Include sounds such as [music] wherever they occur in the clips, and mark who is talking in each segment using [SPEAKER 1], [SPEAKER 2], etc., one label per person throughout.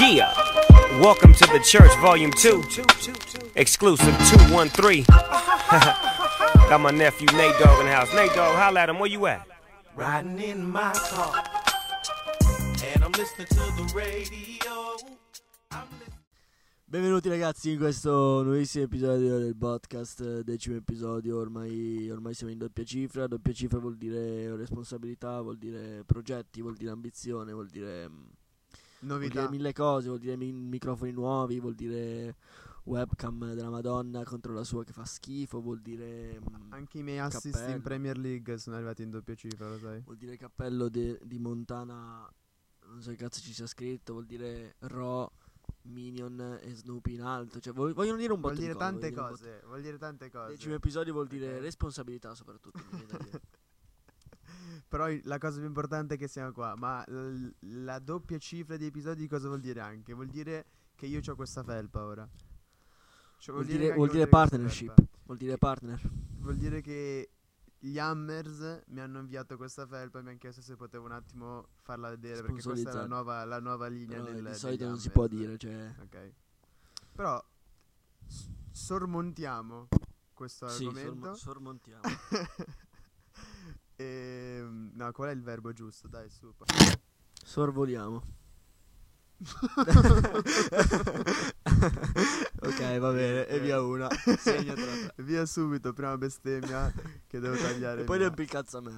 [SPEAKER 1] Yeah. Welcome to the church, volume two. Exclusive 213. [laughs] Got my nephew Nate Dogg in the house. Nate Dogg, holla at him. Where you at?
[SPEAKER 2] Riding in my car. And I'm listening to the radio.
[SPEAKER 3] Benvenuti ragazzi in questo nuovissimo episodio del podcast, eh, decimo episodio, ormai, ormai siamo in doppia cifra, doppia cifra vuol dire responsabilità, vuol dire progetti, vuol dire ambizione, vuol dire, mm, vuol dire
[SPEAKER 4] Novità.
[SPEAKER 3] mille cose, vuol dire mi- microfoni nuovi, vuol dire webcam della Madonna contro la sua che fa schifo, vuol dire... mm,
[SPEAKER 4] Anche i miei assist
[SPEAKER 3] Cappello.
[SPEAKER 4] in Premier League sono arrivati in doppia cifra, lo sai.
[SPEAKER 3] Vuol dire cappello de- di Montana, non so che cazzo ci sia scritto, vuol dire Ro, Minion e Snoopy in alto, cioè vog- vogliono dire un po'
[SPEAKER 4] Vuol dire tante
[SPEAKER 3] vogliono dire un botto-
[SPEAKER 4] cose, vuol dire tante
[SPEAKER 3] Decimo
[SPEAKER 4] cose.
[SPEAKER 3] episodio vuol dire
[SPEAKER 4] Ok.
[SPEAKER 3] responsabilità soprattutto. mi viene da
[SPEAKER 4] [laughs]
[SPEAKER 3] dire.
[SPEAKER 4] Però i- la cosa più importante è che siamo qua, ma l- la doppia cifra di episodi cosa vuol dire anche? Vuol dire che io ho questa felpa ora. Cioè,
[SPEAKER 3] Vuol
[SPEAKER 4] che
[SPEAKER 3] dire,
[SPEAKER 4] anche
[SPEAKER 3] vuol dire
[SPEAKER 4] questa
[SPEAKER 3] partnership,
[SPEAKER 4] felpa.
[SPEAKER 3] vuol dire partner.
[SPEAKER 4] Vuol dire che gli Hammers mi hanno inviato questa felpa e mi hanno chiesto se potevo un attimo farla vedere perché questa è la
[SPEAKER 3] Sponsorizzare.
[SPEAKER 4] nuova, la nuova linea
[SPEAKER 3] Però
[SPEAKER 4] del,
[SPEAKER 3] di
[SPEAKER 4] degli
[SPEAKER 3] solito non si può
[SPEAKER 4] Hammers.
[SPEAKER 3] dire, cioè...
[SPEAKER 4] Ok. Però s- sormontiamo questo
[SPEAKER 3] Sì,
[SPEAKER 4] argomento.
[SPEAKER 3] sormo-
[SPEAKER 4] [laughs]
[SPEAKER 3] sormontiamo.
[SPEAKER 4] Ehm, no, qual è il verbo giusto? Dai, su. pa-
[SPEAKER 3] Sorvoliamo.
[SPEAKER 4] [laughs]
[SPEAKER 3] ok, va bene, e via una. Segnatela.
[SPEAKER 4] Via subito, prima
[SPEAKER 3] [laughs]
[SPEAKER 4] bestemmia che devo tagliare.
[SPEAKER 3] E poi
[SPEAKER 4] via.
[SPEAKER 3] ne il cazzo a me.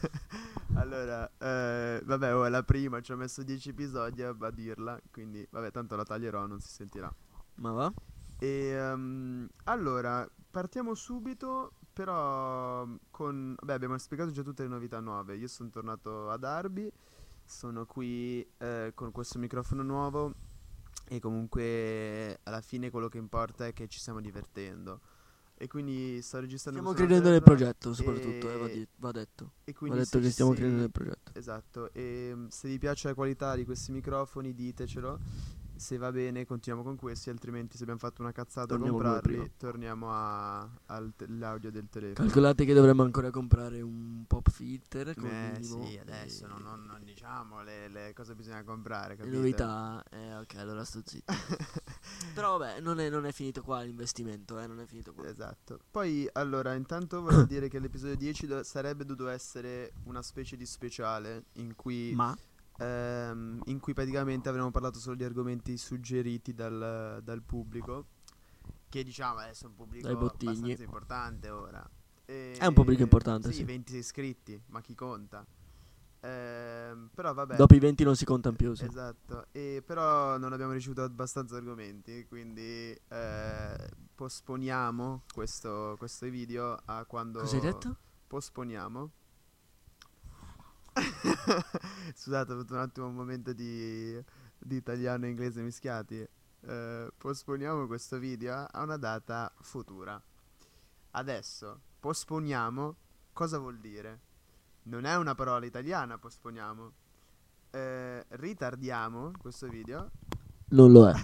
[SPEAKER 4] [laughs] allora, eh, vabbè, oh, è la prima, ci ho messo 10 episodi eh, a a dirla, quindi vabbè, tanto la taglierò, non si sentirà.
[SPEAKER 3] Ma va?
[SPEAKER 4] E ehm, allora, partiamo subito, però mm, con... Beh, abbiamo spiegato già tutte le novità nuove. Io sono tornato ad Arby, sono qui eh, con questo microfono nuovo e comunque alla fine quello che importa è che ci stiamo divertendo. E quindi sto registrando
[SPEAKER 3] Stiamo
[SPEAKER 4] questo
[SPEAKER 3] credendo nel
[SPEAKER 4] server
[SPEAKER 3] progetto, soprattutto, eh, va, di- va detto.
[SPEAKER 4] e
[SPEAKER 3] Va
[SPEAKER 4] quindi
[SPEAKER 3] detto
[SPEAKER 4] se
[SPEAKER 3] che
[SPEAKER 4] ci
[SPEAKER 3] stiamo
[SPEAKER 4] sei-
[SPEAKER 3] credendo nel progetto.
[SPEAKER 4] Esatto, e mm, se vi piace la qualità di questi microfoni ditecelo, se va bene continuiamo con questi, altrimenti se abbiamo fatto una cazzata a
[SPEAKER 3] Torniamo come prima.
[SPEAKER 4] comprarli torniamo all'audio del telefono.
[SPEAKER 3] Calcolate che dovremmo ancora comprare un pop filter come
[SPEAKER 4] Eh
[SPEAKER 3] minimo,
[SPEAKER 4] sì, adesso
[SPEAKER 3] e-
[SPEAKER 4] non, non- non diciamo le, le cose bisogna comprare,
[SPEAKER 3] Le
[SPEAKER 4] capito?
[SPEAKER 3] novità, eh, ok, allora
[SPEAKER 4] [laughs]
[SPEAKER 3] sto zitto. Però vabbè, non è, non è finito qua l'investimento, eh, non è finito qua.
[SPEAKER 4] Esatto. Poi allora, intanto volevo dire che l'episodio 10 do- sarebbe dovuto essere una specie di speciale in cui
[SPEAKER 3] Ma
[SPEAKER 4] ehm, in cui praticamente avremmo parlato solo di argomenti suggeriti dal, dal pubblico, che diciamo adesso è un pubblico
[SPEAKER 3] Dai bottigli.
[SPEAKER 4] abbastanza importante ora. E-
[SPEAKER 3] È un pubblico importante, sì.
[SPEAKER 4] 26 iscritti, ma chi conta? Ehm, però vabbè.
[SPEAKER 3] dopo i 20 non si contano più, sì.
[SPEAKER 4] Esatto, e però non abbiamo ricevuto abbastanza argomenti, quindi eh, posponiamo questo, questo video a quando...
[SPEAKER 3] Cosa hai detto?
[SPEAKER 4] Posponiamo. [laughs] Scusate, ho avuto un attimo un momento di, di italiano e inglese mischiati. Eh, posponiamo questo video a una data futura. Adesso, posponiamo, cosa vuol dire? Non è una parola italiana, posponiamo. Eh, ritardiamo questo video. [laughs]
[SPEAKER 3] Non lo è.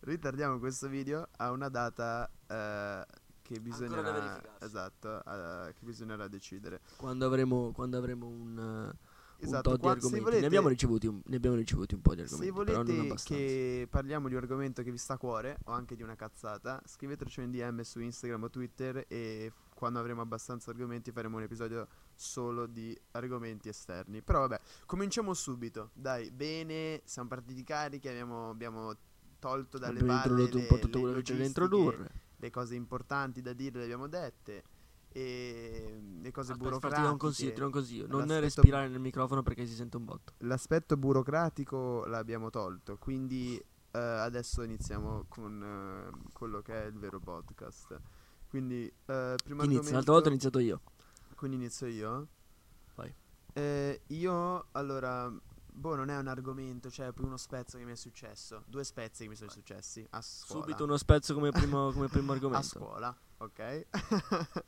[SPEAKER 4] ritardiamo questo video a una data eh, che
[SPEAKER 3] Ancora da
[SPEAKER 4] bisognerà...
[SPEAKER 3] verificarsi.
[SPEAKER 4] Esatto, eh, che bisognerà decidere.
[SPEAKER 3] Quando avremo, quando avremo un, eh,
[SPEAKER 4] Esatto,
[SPEAKER 3] un tot
[SPEAKER 4] qua-
[SPEAKER 3] di argomenti.
[SPEAKER 4] se volete,
[SPEAKER 3] ne, abbiamo ricevuti un, ne abbiamo ricevuti un po' di
[SPEAKER 4] se
[SPEAKER 3] argomenti, però non
[SPEAKER 4] volete
[SPEAKER 3] abbastanza.
[SPEAKER 4] che parliamo di un argomento che vi sta a cuore o anche di una cazzata, scriveteci in DM su Instagram o Twitter e f- quando avremo abbastanza argomenti faremo un episodio solo di argomenti esterni. Però vabbè, cominciamo subito. Dai, bene, siamo partiti carichi, abbiamo, abbiamo tolto dalle
[SPEAKER 3] abbiamo
[SPEAKER 4] palle
[SPEAKER 3] introdotto un
[SPEAKER 4] le-
[SPEAKER 3] po' tutto
[SPEAKER 4] le
[SPEAKER 3] quello che c'è da
[SPEAKER 4] logistiche,
[SPEAKER 3] introdurre.
[SPEAKER 4] Le cose importanti da dire le abbiamo dette e mm, le cose
[SPEAKER 3] Aspetta,
[SPEAKER 4] burocratiche.
[SPEAKER 3] ti do Ah, un consiglio, ti do un consiglio. Non
[SPEAKER 4] l'aspetto-
[SPEAKER 3] respirare nel microfono perché si sente un botto.
[SPEAKER 4] L'aspetto burocratico l'abbiamo tolto, quindi eh, adesso iniziamo con eh, quello che è il vero podcast. Quindi, eh, primo
[SPEAKER 3] Inizia,
[SPEAKER 4] argomento,
[SPEAKER 3] l'altra volta ho iniziato io.
[SPEAKER 4] quindi inizio io.
[SPEAKER 3] Vai.
[SPEAKER 4] Eh, io, allora, boh, non è un argomento, cioè è più uno spezzo che mi è successo. Due spezzi che mi sono successi a scuola.
[SPEAKER 3] Subito uno spezzo come primo, come primo
[SPEAKER 4] [laughs] a
[SPEAKER 3] argomento.
[SPEAKER 4] scuola, ok? [laughs]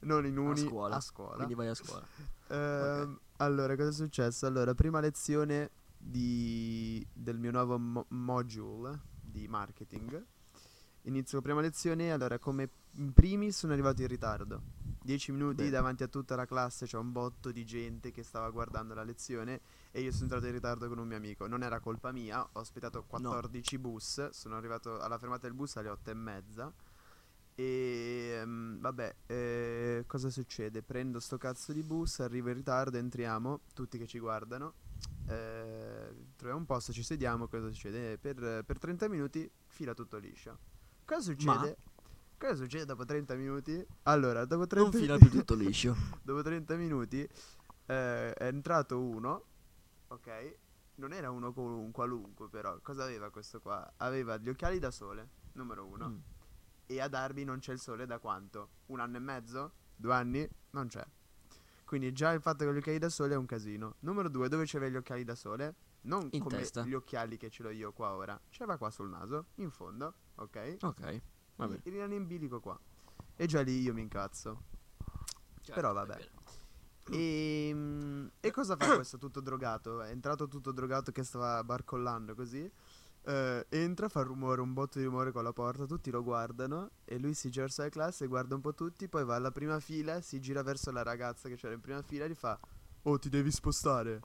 [SPEAKER 4] non in uni,
[SPEAKER 3] scuola.
[SPEAKER 4] a scuola.
[SPEAKER 3] Quindi vai a scuola.
[SPEAKER 4] Ehm, Allora, cosa è successo? Allora, prima lezione di- del mio nuovo mo- module di marketing. Inizio la prima lezione, allora come in primis sono arrivato in ritardo. Dieci minuti
[SPEAKER 3] Bene.
[SPEAKER 4] davanti a tutta la classe, c'è un botto di gente che stava guardando la lezione e io sono entrato in ritardo con un mio amico. Non era colpa mia, ho aspettato 14 bus, sono arrivato alla fermata del bus alle 8 e mezza. E mm, vabbè, eh, cosa succede? Prendo sto cazzo di bus, arrivo in ritardo, entriamo, tutti che ci guardano, eh, troviamo un posto, ci sediamo, cosa succede? Eh, Per, per 30 minuti fila tutto liscio. Cosa succede? Cosa succede dopo 30 minuti? Allora, dopo 30
[SPEAKER 3] Non
[SPEAKER 4] [laughs]
[SPEAKER 3] fila più tutto liscio.
[SPEAKER 4] dopo 30 minuti eh, è entrato uno, ok? Non era uno co- un qualunque però, cosa aveva questo qua? Aveva gli occhiali da sole, numero uno.
[SPEAKER 3] Mm.
[SPEAKER 4] E ad Arby non c'è il sole da quanto? Un anno e mezzo? Due anni? Non c'è. Quindi già il fatto che gli occhiali da sole è un casino. Numero due, dove c'aveva gli occhiali da sole? Non
[SPEAKER 3] In
[SPEAKER 4] come
[SPEAKER 3] testa.
[SPEAKER 4] gli occhiali che ce l'ho io qua ora. C'era qua sul naso, in fondo, ok?
[SPEAKER 3] Ok, va bene.
[SPEAKER 4] E Rimane in bilico qua. E già lì io mi incazzo. Però
[SPEAKER 3] va
[SPEAKER 4] vabbè.
[SPEAKER 3] bene.
[SPEAKER 4] E, mm, e cosa fa questo tutto drogato? È entrato tutto drogato che stava barcollando così. eh, entra, fa rumore, un botto di rumore con la porta, tutti lo guardano e lui si gira verso la classe, guarda un po' tutti, poi va alla prima fila, si gira verso la ragazza che c'era in prima fila e gli fa Oh ti devi spostare.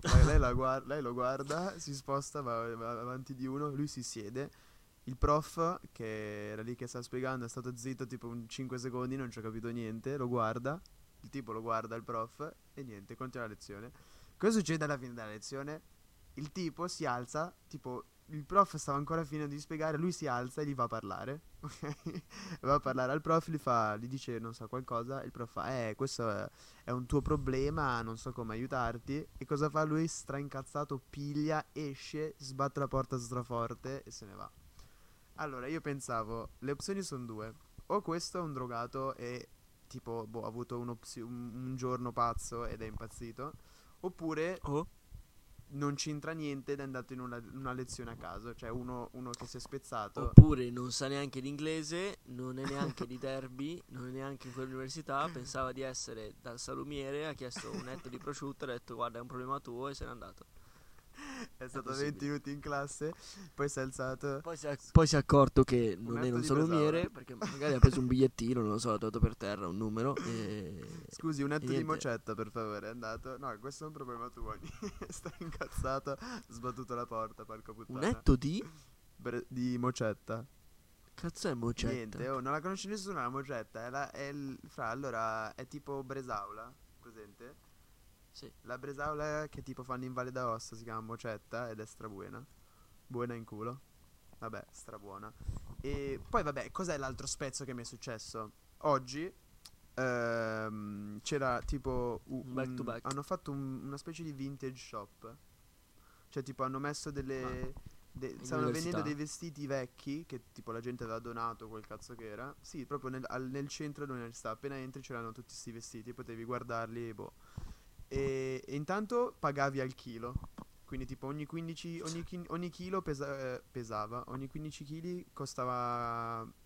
[SPEAKER 4] Poi lei, la guar- lei lo guarda, si sposta, va, va avanti di uno, lui si siede. Il prof, che era lì che stava spiegando, è stato zitto tipo un 5 secondi, non ci ho capito niente, lo guarda, il tipo lo guarda il prof e niente, continua la lezione. Cosa succede alla fine della lezione? Il tipo si alza, tipo il prof stava ancora finendo di spiegare, lui si alza e gli va a parlare. [laughs] ok? va a parlare al prof, gli, fa, gli dice non so qualcosa, il prof fa eh questo è, è un tuo problema, non so come aiutarti. E cosa fa lui? Straincazzato, piglia, esce, sbatte la porta straforte e se ne va. Allora io pensavo, le opzioni sono due. O questo è un drogato e tipo boh, ha avuto un, opsi- un- un giorno pazzo ed è impazzito. Oppure
[SPEAKER 3] Oh,
[SPEAKER 4] non c'entra niente ed è andato in una, una lezione a caso. Cioè uno, uno che si è spezzato.
[SPEAKER 3] Oppure non sa neanche l'inglese, non è neanche di Derby, non è neanche in quell'università, pensava di essere dal salumiere, ha chiesto un netto di prosciutto, ha detto guarda è un problema tuo e se n'è andato.
[SPEAKER 4] È stato
[SPEAKER 3] possibile.
[SPEAKER 4] 20 minuti in classe, poi si è alzato.
[SPEAKER 3] Poi si è, poi si è accorto che non
[SPEAKER 4] netto
[SPEAKER 3] era un
[SPEAKER 4] di bresaola.
[SPEAKER 3] salumiere eh, [laughs] perché magari ha preso un bigliettino, non lo so, l'ha trovato per terra, un numero. E...
[SPEAKER 4] Scusi, un etto di
[SPEAKER 3] niente.
[SPEAKER 4] mocetta per favore, è andato. No, questo è un problema tuo. [laughs] Sta incazzato, ha sbattuto la porta, porca
[SPEAKER 3] Un
[SPEAKER 4] puttana.
[SPEAKER 3] netto di...
[SPEAKER 4] Bre- di mocetta.
[SPEAKER 3] Cazzo è mocetta?
[SPEAKER 4] Niente, oh, non la conosce nessuno la mocetta. È la- è il- fra, allora, è tipo Bresaola, presente?
[SPEAKER 3] Sì.
[SPEAKER 4] La bresaola che tipo fanno in Valle d'Aosta si chiama mocetta ed è strabuena. Buena in culo. Vabbè, strabuona. E poi vabbè, cos'è l'altro spezzo che mi è successo? Oggi ehm, c'era tipo u-
[SPEAKER 3] Un back to back.
[SPEAKER 4] hanno fatto un- una specie di vintage shop. Cioè tipo hanno messo delle de- stavano
[SPEAKER 3] Ah. università?
[SPEAKER 4] vendendo dei vestiti vecchi che tipo la gente aveva donato quel cazzo che era. Sì, proprio nel, al- nel centro dell'università. Appena entri c'erano tutti questi vestiti, potevi guardarli, boh. E, e intanto pagavi al chilo. Quindi tipo ogni 15 ogni, chi- ogni chilo pesa- eh, pesava, ogni 15 kg costava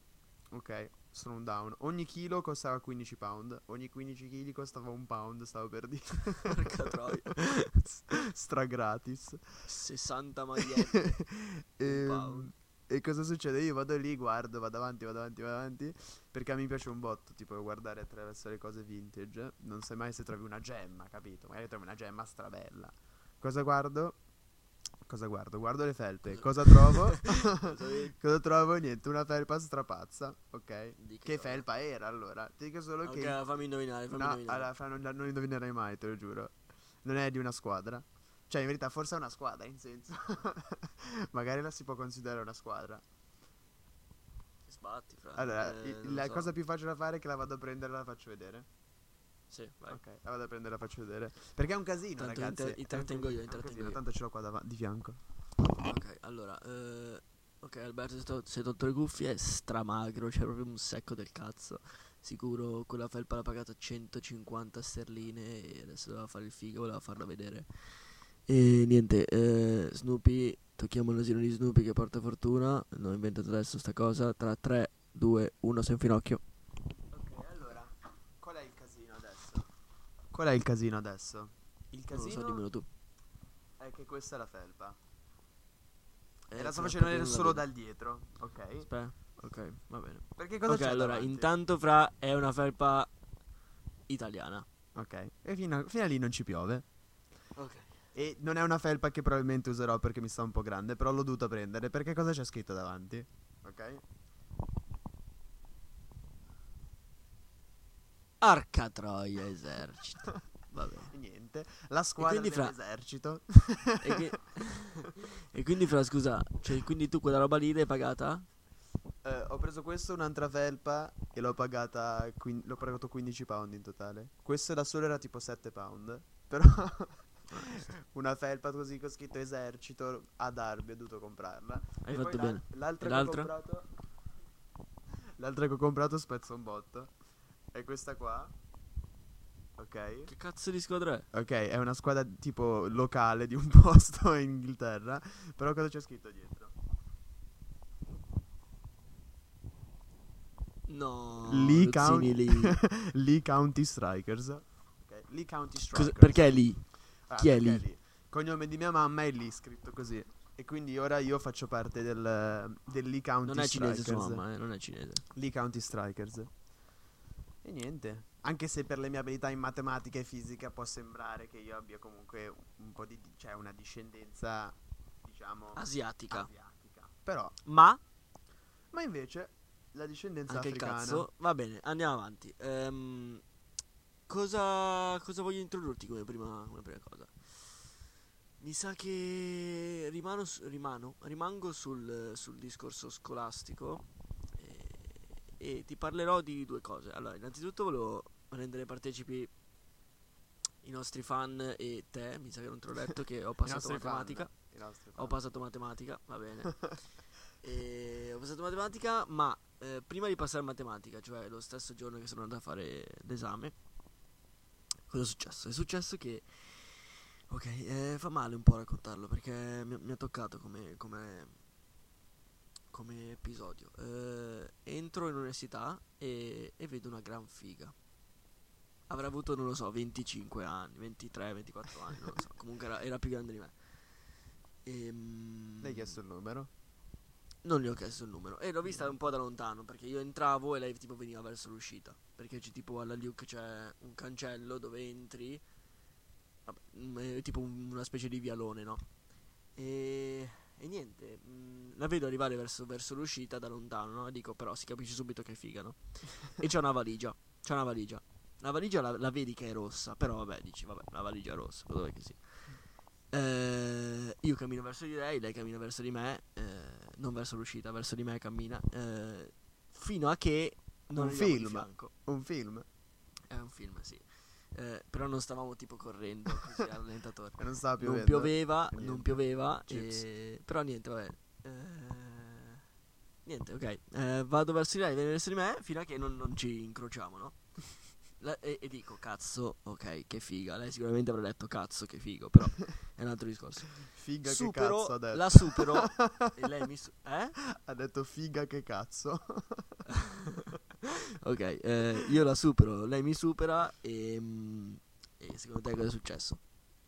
[SPEAKER 4] Ok, sono un down. Ogni chilo costava 15 pound, ogni 15 kg costava un pound, stavo per dire.
[SPEAKER 3] Porca troia.
[SPEAKER 4] S- [laughs] Stra gratis.
[SPEAKER 3] 60
[SPEAKER 4] [laughs]
[SPEAKER 3] magliette.
[SPEAKER 4] Ehm,
[SPEAKER 3] pound.
[SPEAKER 4] E cosa succede? Io vado lì, guardo, vado avanti, vado avanti, vado avanti. Perché mi piace un botto, tipo guardare attraverso le cose vintage. Non sai mai se trovi una gemma, capito? Magari trovi una gemma strabella. Cosa guardo? Cosa guardo? Guardo le felpe. Cosa trovo?
[SPEAKER 3] [laughs]
[SPEAKER 4] [laughs] Cosa trovo? Niente, una felpa strapazza, ok?
[SPEAKER 3] Di che
[SPEAKER 4] Che
[SPEAKER 3] cosa?
[SPEAKER 4] felpa era allora? Ti dico solo
[SPEAKER 3] ok,
[SPEAKER 4] che
[SPEAKER 3] fammi indovinare, fammi
[SPEAKER 4] No,
[SPEAKER 3] indovinare.
[SPEAKER 4] allora, fra, non, non indovinerai mai, te lo giuro. Non è di una squadra. Cioè, in verità, forse è una squadra, in senso. [laughs] Magari la si può considerare una squadra.
[SPEAKER 3] Sbatti, fra.
[SPEAKER 4] Allora,
[SPEAKER 3] eh,
[SPEAKER 4] il-
[SPEAKER 3] non
[SPEAKER 4] la
[SPEAKER 3] so.
[SPEAKER 4] cosa più facile da fare è che la vado a prendere e la faccio vedere.
[SPEAKER 3] Sì, vai.
[SPEAKER 4] Ok, la vado a prendere e la faccio vedere. Perché è un casino,
[SPEAKER 3] Tanto
[SPEAKER 4] ragazzi.
[SPEAKER 3] inter-
[SPEAKER 4] è un
[SPEAKER 3] intrattengo
[SPEAKER 4] casino, è
[SPEAKER 3] io,
[SPEAKER 4] un
[SPEAKER 3] intrattengo
[SPEAKER 4] casino.
[SPEAKER 3] io.
[SPEAKER 4] Tanto ce l'ho qua davan- di fianco.
[SPEAKER 3] Ok, allora, eh, ok Alberto, se to- se hai tolto le cuffie è stramagro, c'è proprio un secco del cazzo. Sicuro quella felpa l'ha pagata 150 sterline e adesso doveva fare il figo, voleva farla vedere. E niente, eh, Snoopy, tocchiamo l'asino di Snoopy che porta fortuna, l'ho inventato adesso sta cosa, tra 3, 2, 1, sei un finocchio.
[SPEAKER 4] Ok, allora, qual è il casino adesso? Qual è il casino adesso? Il
[SPEAKER 3] Non lo so, dimmelo tu.
[SPEAKER 4] è che questa è la felpa.
[SPEAKER 3] Eh,
[SPEAKER 4] e la sto
[SPEAKER 3] però
[SPEAKER 4] facendo
[SPEAKER 3] perché
[SPEAKER 4] vedere
[SPEAKER 3] Eh, non la
[SPEAKER 4] solo
[SPEAKER 3] vedo?
[SPEAKER 4] dal dietro, ok?
[SPEAKER 3] Aspetta, Ok, va bene.
[SPEAKER 4] Perché cosa
[SPEAKER 3] ok,
[SPEAKER 4] c'è
[SPEAKER 3] allora,
[SPEAKER 4] davanti?
[SPEAKER 3] intanto Fra è una felpa italiana.
[SPEAKER 4] Ok, e fino a, fino a lì non ci piove.
[SPEAKER 3] Ok.
[SPEAKER 4] E non è una felpa che probabilmente userò perché mi sta un po' grande, però l'ho dovuta prendere perché cosa c'è scritto davanti? Ok?
[SPEAKER 3] Arca Troia esercito. Va bene.
[SPEAKER 4] E niente. La squadra
[SPEAKER 3] quindi fra-
[SPEAKER 4] dell'esercito.
[SPEAKER 3] E, [laughs] qui- e quindi Fra, scusa, cioè, quindi tu quella roba lì l'hai pagata?
[SPEAKER 4] Eh, ho preso questo, un'altra felpa e l'ho pagata. quin- l'ho pagato 15 pound in totale. Questa da sola era tipo 7 pound. [laughs] Però una felpa così con scritto esercito ad Arbi ho dovuto comprarla.
[SPEAKER 3] Hai
[SPEAKER 4] E poi
[SPEAKER 3] fatto
[SPEAKER 4] la-
[SPEAKER 3] bene.
[SPEAKER 4] L'altra
[SPEAKER 3] E
[SPEAKER 4] che ho
[SPEAKER 3] l'altra?
[SPEAKER 4] comprato. L'altra che ho comprato spezza un botto. È questa qua. Ok.
[SPEAKER 3] Che cazzo di squadra è?
[SPEAKER 4] Ok, è una squadra tipo locale di un [laughs] posto in Inghilterra. Però cosa c'è scritto dietro?
[SPEAKER 3] No.
[SPEAKER 4] Lee, Coun-
[SPEAKER 3] Luzzini lì.
[SPEAKER 4] [laughs] Lee County Strikers. Ok, Lee County Strikers.
[SPEAKER 3] Cos- perché è lì?
[SPEAKER 4] Ah,
[SPEAKER 3] chi è
[SPEAKER 4] perché
[SPEAKER 3] Lee?
[SPEAKER 4] Cognome di mia mamma è Lee, scritto così. E quindi ora io faccio parte del, del Lee County
[SPEAKER 3] Non è
[SPEAKER 4] Strikers.
[SPEAKER 3] cinese sua mamma, eh, non è cinese.
[SPEAKER 4] Lee County Strikers. E niente. Anche se per le mie abilità in matematica e fisica può sembrare che io abbia comunque un po' di... cioè una discendenza, diciamo...
[SPEAKER 3] Ah, Asiatica.
[SPEAKER 4] asiatica. Però...
[SPEAKER 3] Ma
[SPEAKER 4] Ma invece la discendenza
[SPEAKER 3] anche il
[SPEAKER 4] africana...
[SPEAKER 3] cazzo. Va bene, andiamo avanti. Ehm, cosa, cosa voglio introdurti come prima, come prima cosa? Mi sa che rimano, su- rimano- rimango sul, sul discorso scolastico eh, e, ti parlerò di due cose. Allora, innanzitutto volevo rendere partecipi i nostri fan e te, mi sa che non te l'ho detto
[SPEAKER 4] [laughs]
[SPEAKER 3] che ho passato
[SPEAKER 4] nostri fan.
[SPEAKER 3] matematica.
[SPEAKER 4] I nostri
[SPEAKER 3] Ho
[SPEAKER 4] fan.
[SPEAKER 3] passato matematica, va bene. E ho passato matematica, ma eh, prima di passare a matematica, cioè lo stesso giorno che sono andato a fare l'esame, cosa è successo? È successo che... Ok, eh, fa male un po' raccontarlo perché mi, mi ha toccato come, come, come episodio. Eh, entro in università e, e vedo una gran figa. Avrà avuto, non lo so, 25 anni, 23, 24 anni, non lo so. Comunque era, era più grande di me. Ehm,
[SPEAKER 4] Lei ha chiesto il numero?
[SPEAKER 3] non gli ho chiesto il numero. E l'ho vista un po' da lontano perché io entravo e lei tipo veniva verso l'uscita. Perché c'è tipo alla Luke c'è un cancello dove entri. Vabbè, mm, è tipo un- una specie di vialone, no? E, e niente. mm, La vedo arrivare verso, verso l'uscita da lontano, no? E dico, però si capisce subito che è figa, no? e c'è una valigia. C'è una valigia. La valigia la, la vedi che è rossa, però vabbè, dici, vabbè, la valigia è rossa, dov'è che sì. Eh, io cammino verso di lei, lei cammina verso di me, eh, non verso l'uscita, verso di me cammina, eh, fino a che non
[SPEAKER 4] Un
[SPEAKER 3] arriviamo di
[SPEAKER 4] film.
[SPEAKER 3] fianco.
[SPEAKER 4] Un film?
[SPEAKER 3] È un film, sì. Eh, però non stavamo tipo correndo così
[SPEAKER 4] [laughs]
[SPEAKER 3] al rallentatore.
[SPEAKER 4] E non stava piovendo? eh.
[SPEAKER 3] Non pioveva,
[SPEAKER 4] Niente.
[SPEAKER 3] non pioveva, eh,
[SPEAKER 4] Chips.
[SPEAKER 3] e- però niente, vabbè. Eh, Niente, ok. Eh, vado verso di lei, viene verso di me, fino a che non, non ci incrociamo, no? [laughs] La- e, e dico, cazzo, ok, che figa. Lei sicuramente avrà detto, cazzo, che figo, però è un altro discorso.
[SPEAKER 4] [laughs] Figa che
[SPEAKER 3] Supero,
[SPEAKER 4] cazzo ha detto?
[SPEAKER 3] la supero, e lei mi... su-
[SPEAKER 4] [laughs]
[SPEAKER 3] eh?
[SPEAKER 4] Ha detto figa che cazzo. [laughs]
[SPEAKER 3] Ok, eh, io la supero, lei mi supera e... mm, e secondo te cosa è successo?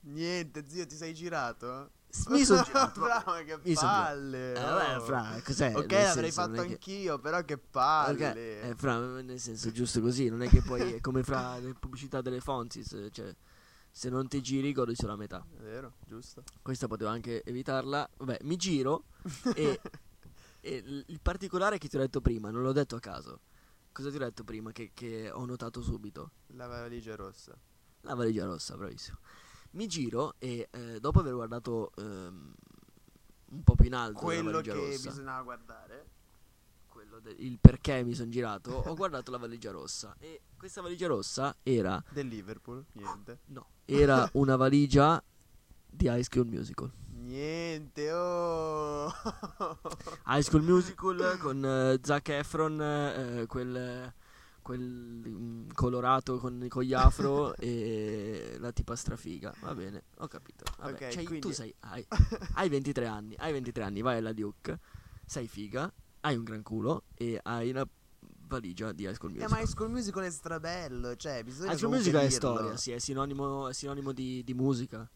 [SPEAKER 4] Niente, zio, ti sei girato?
[SPEAKER 3] S-
[SPEAKER 4] [laughs]
[SPEAKER 3] Mi sono girato. vabbè.
[SPEAKER 4] Bravo, che
[SPEAKER 3] Mi son girato.
[SPEAKER 4] palle.
[SPEAKER 3] Eh,
[SPEAKER 4] oh.
[SPEAKER 3] vabbè, fra, cos'è?
[SPEAKER 4] ok,
[SPEAKER 3] Nel
[SPEAKER 4] l'avrei
[SPEAKER 3] senso, non
[SPEAKER 4] fatto
[SPEAKER 3] è che-
[SPEAKER 4] anch'io, però che
[SPEAKER 3] Ok,
[SPEAKER 4] palle.
[SPEAKER 3] eh, fra, nel senso giusto così, non è che poi è come fra le pubblicità delle Fonsis, cioè se non ti giri godi solo la metà.
[SPEAKER 4] È vero, giusto.
[SPEAKER 3] Questa potevo anche evitarla. Vabbè, mi giro
[SPEAKER 4] [laughs]
[SPEAKER 3] e, e l- il particolare che ti ho detto prima, non l'ho detto a caso. Cosa ti ho detto prima che, che ho notato subito?
[SPEAKER 4] La valigia è rossa.
[SPEAKER 3] La valigia rossa, bravissimo. Mi giro e eh, dopo aver guardato ehm, un po' più in alto la
[SPEAKER 4] Quello che
[SPEAKER 3] valigia rossa,
[SPEAKER 4] bisognava guardare.
[SPEAKER 3] quello del- il perché mi sono girato,
[SPEAKER 4] [laughs]
[SPEAKER 3] ho guardato la valigia rossa e questa valigia rossa era
[SPEAKER 4] Del Liverpool, niente.
[SPEAKER 3] No,
[SPEAKER 4] [laughs]
[SPEAKER 3] era una valigia di High School Musical.
[SPEAKER 4] Niente, oh. [laughs]
[SPEAKER 3] High School Musical con eh, Zac Efron, eh, quel, eh, quel, mm, colorato con, con gli afro
[SPEAKER 4] [laughs]
[SPEAKER 3] e la tipa strafiga. Va bene, ho capito. Vabbè,
[SPEAKER 4] Ok,
[SPEAKER 3] cioè,
[SPEAKER 4] quindi-
[SPEAKER 3] Tu sei,
[SPEAKER 4] [laughs]
[SPEAKER 3] hai, hai 23 anni, hai 23 anni, vai alla Duke, sei figa, hai un gran culo e hai una valigia di High School
[SPEAKER 4] Eh,
[SPEAKER 3] Musical.
[SPEAKER 4] ma High School Musical è strabello, cioè, bisogna
[SPEAKER 3] High School
[SPEAKER 4] comunque
[SPEAKER 3] Ah, Musical è
[SPEAKER 4] dirlo.
[SPEAKER 3] storia, sì, è sinonimo, è sinonimo di, di musica.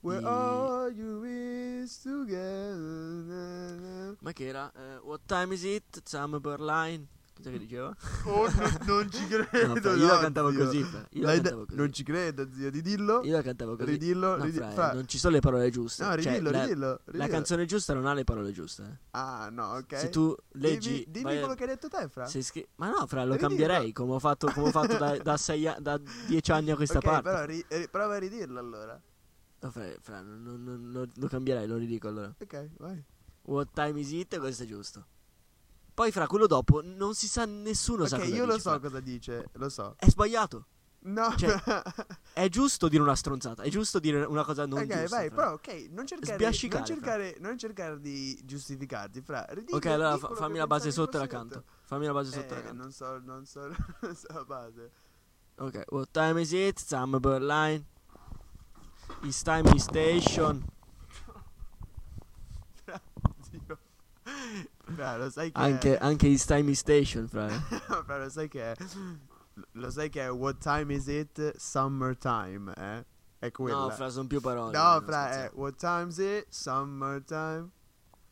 [SPEAKER 4] Where
[SPEAKER 3] di-
[SPEAKER 4] all you is together. na, na.
[SPEAKER 3] Ma che era? Eh, what time is it? Summer Berlin. Cos'è che diceva?
[SPEAKER 4] Oh, non, non ci credo.
[SPEAKER 3] [laughs] No, fra, io la
[SPEAKER 4] no,
[SPEAKER 3] cantavo
[SPEAKER 4] zio.
[SPEAKER 3] così, fra, io la
[SPEAKER 4] L'hai de-
[SPEAKER 3] cantavo così.
[SPEAKER 4] Non ci credo, zio, ridillo.
[SPEAKER 3] Io la cantavo così.
[SPEAKER 4] Oh, Ridillo,
[SPEAKER 3] No,
[SPEAKER 4] ridi-
[SPEAKER 3] fra, eh,
[SPEAKER 4] fra-
[SPEAKER 3] non ci sono le parole giuste.
[SPEAKER 4] No,
[SPEAKER 3] Cioè,
[SPEAKER 4] ridillo,
[SPEAKER 3] la,
[SPEAKER 4] ridillo,
[SPEAKER 3] la
[SPEAKER 4] ridillo.
[SPEAKER 3] canzone giusta non ha le parole giuste. eh.
[SPEAKER 4] Ah, no, ok.
[SPEAKER 3] Se tu leggi...
[SPEAKER 4] Dimmi, dimmi
[SPEAKER 3] vai a-
[SPEAKER 4] quello che hai detto te, fra.
[SPEAKER 3] se scri- Ma no, fra, lo
[SPEAKER 4] Ridillo.
[SPEAKER 3] cambierei come ho fatto, come ho fatto da, da, sei a- da dieci anni a questa
[SPEAKER 4] [laughs] Ok,
[SPEAKER 3] parte.
[SPEAKER 4] però ri- ri- prova a ridirlo allora.
[SPEAKER 3] No, fra, fra, non- non- non- lo, lo cambierei, lo ridico allora.
[SPEAKER 4] Ok, vai.
[SPEAKER 3] What time is it? Questo è giusto. Poi, fra, quello dopo non si sa, nessuno sa
[SPEAKER 4] ok,
[SPEAKER 3] cosa
[SPEAKER 4] io lo
[SPEAKER 3] dici,
[SPEAKER 4] so
[SPEAKER 3] fra.
[SPEAKER 4] cosa dice, lo so.
[SPEAKER 3] È sbagliato.
[SPEAKER 4] No, [laughs]
[SPEAKER 3] Cioè, È giusto dire una stronzata, è giusto dire una cosa non
[SPEAKER 4] ok,
[SPEAKER 3] giusta.
[SPEAKER 4] vai,
[SPEAKER 3] fra.
[SPEAKER 4] però ok, non cercare,
[SPEAKER 3] Sbiascicare,
[SPEAKER 4] non cercare, non cercare di giustificarti, fra. Ridillo,
[SPEAKER 3] Ok, allora
[SPEAKER 4] di
[SPEAKER 3] fa-
[SPEAKER 4] quello
[SPEAKER 3] fammi
[SPEAKER 4] che
[SPEAKER 3] la base
[SPEAKER 4] pensavi
[SPEAKER 3] sotto e la
[SPEAKER 4] fosse
[SPEAKER 3] canto.
[SPEAKER 4] detto.
[SPEAKER 3] Fammi la base sotto e la
[SPEAKER 4] Eh,
[SPEAKER 3] canto.
[SPEAKER 4] non so, non so, [laughs] non so la base.
[SPEAKER 3] Ok, what time is it? Summer Berlin. It's time is station.
[SPEAKER 4] Fra, zio. Fra, lo sai che
[SPEAKER 3] Anche, anche it's time is station,
[SPEAKER 4] [laughs]
[SPEAKER 3] fra. eh.
[SPEAKER 4] Fra, lo sai che lo sai che è What time is it? Summertime, eh? È [laughs] quella.
[SPEAKER 3] No, fra, sono più parole.
[SPEAKER 4] No,
[SPEAKER 3] non
[SPEAKER 4] fra,
[SPEAKER 3] scherziamo.
[SPEAKER 4] è What time is it? Summertime.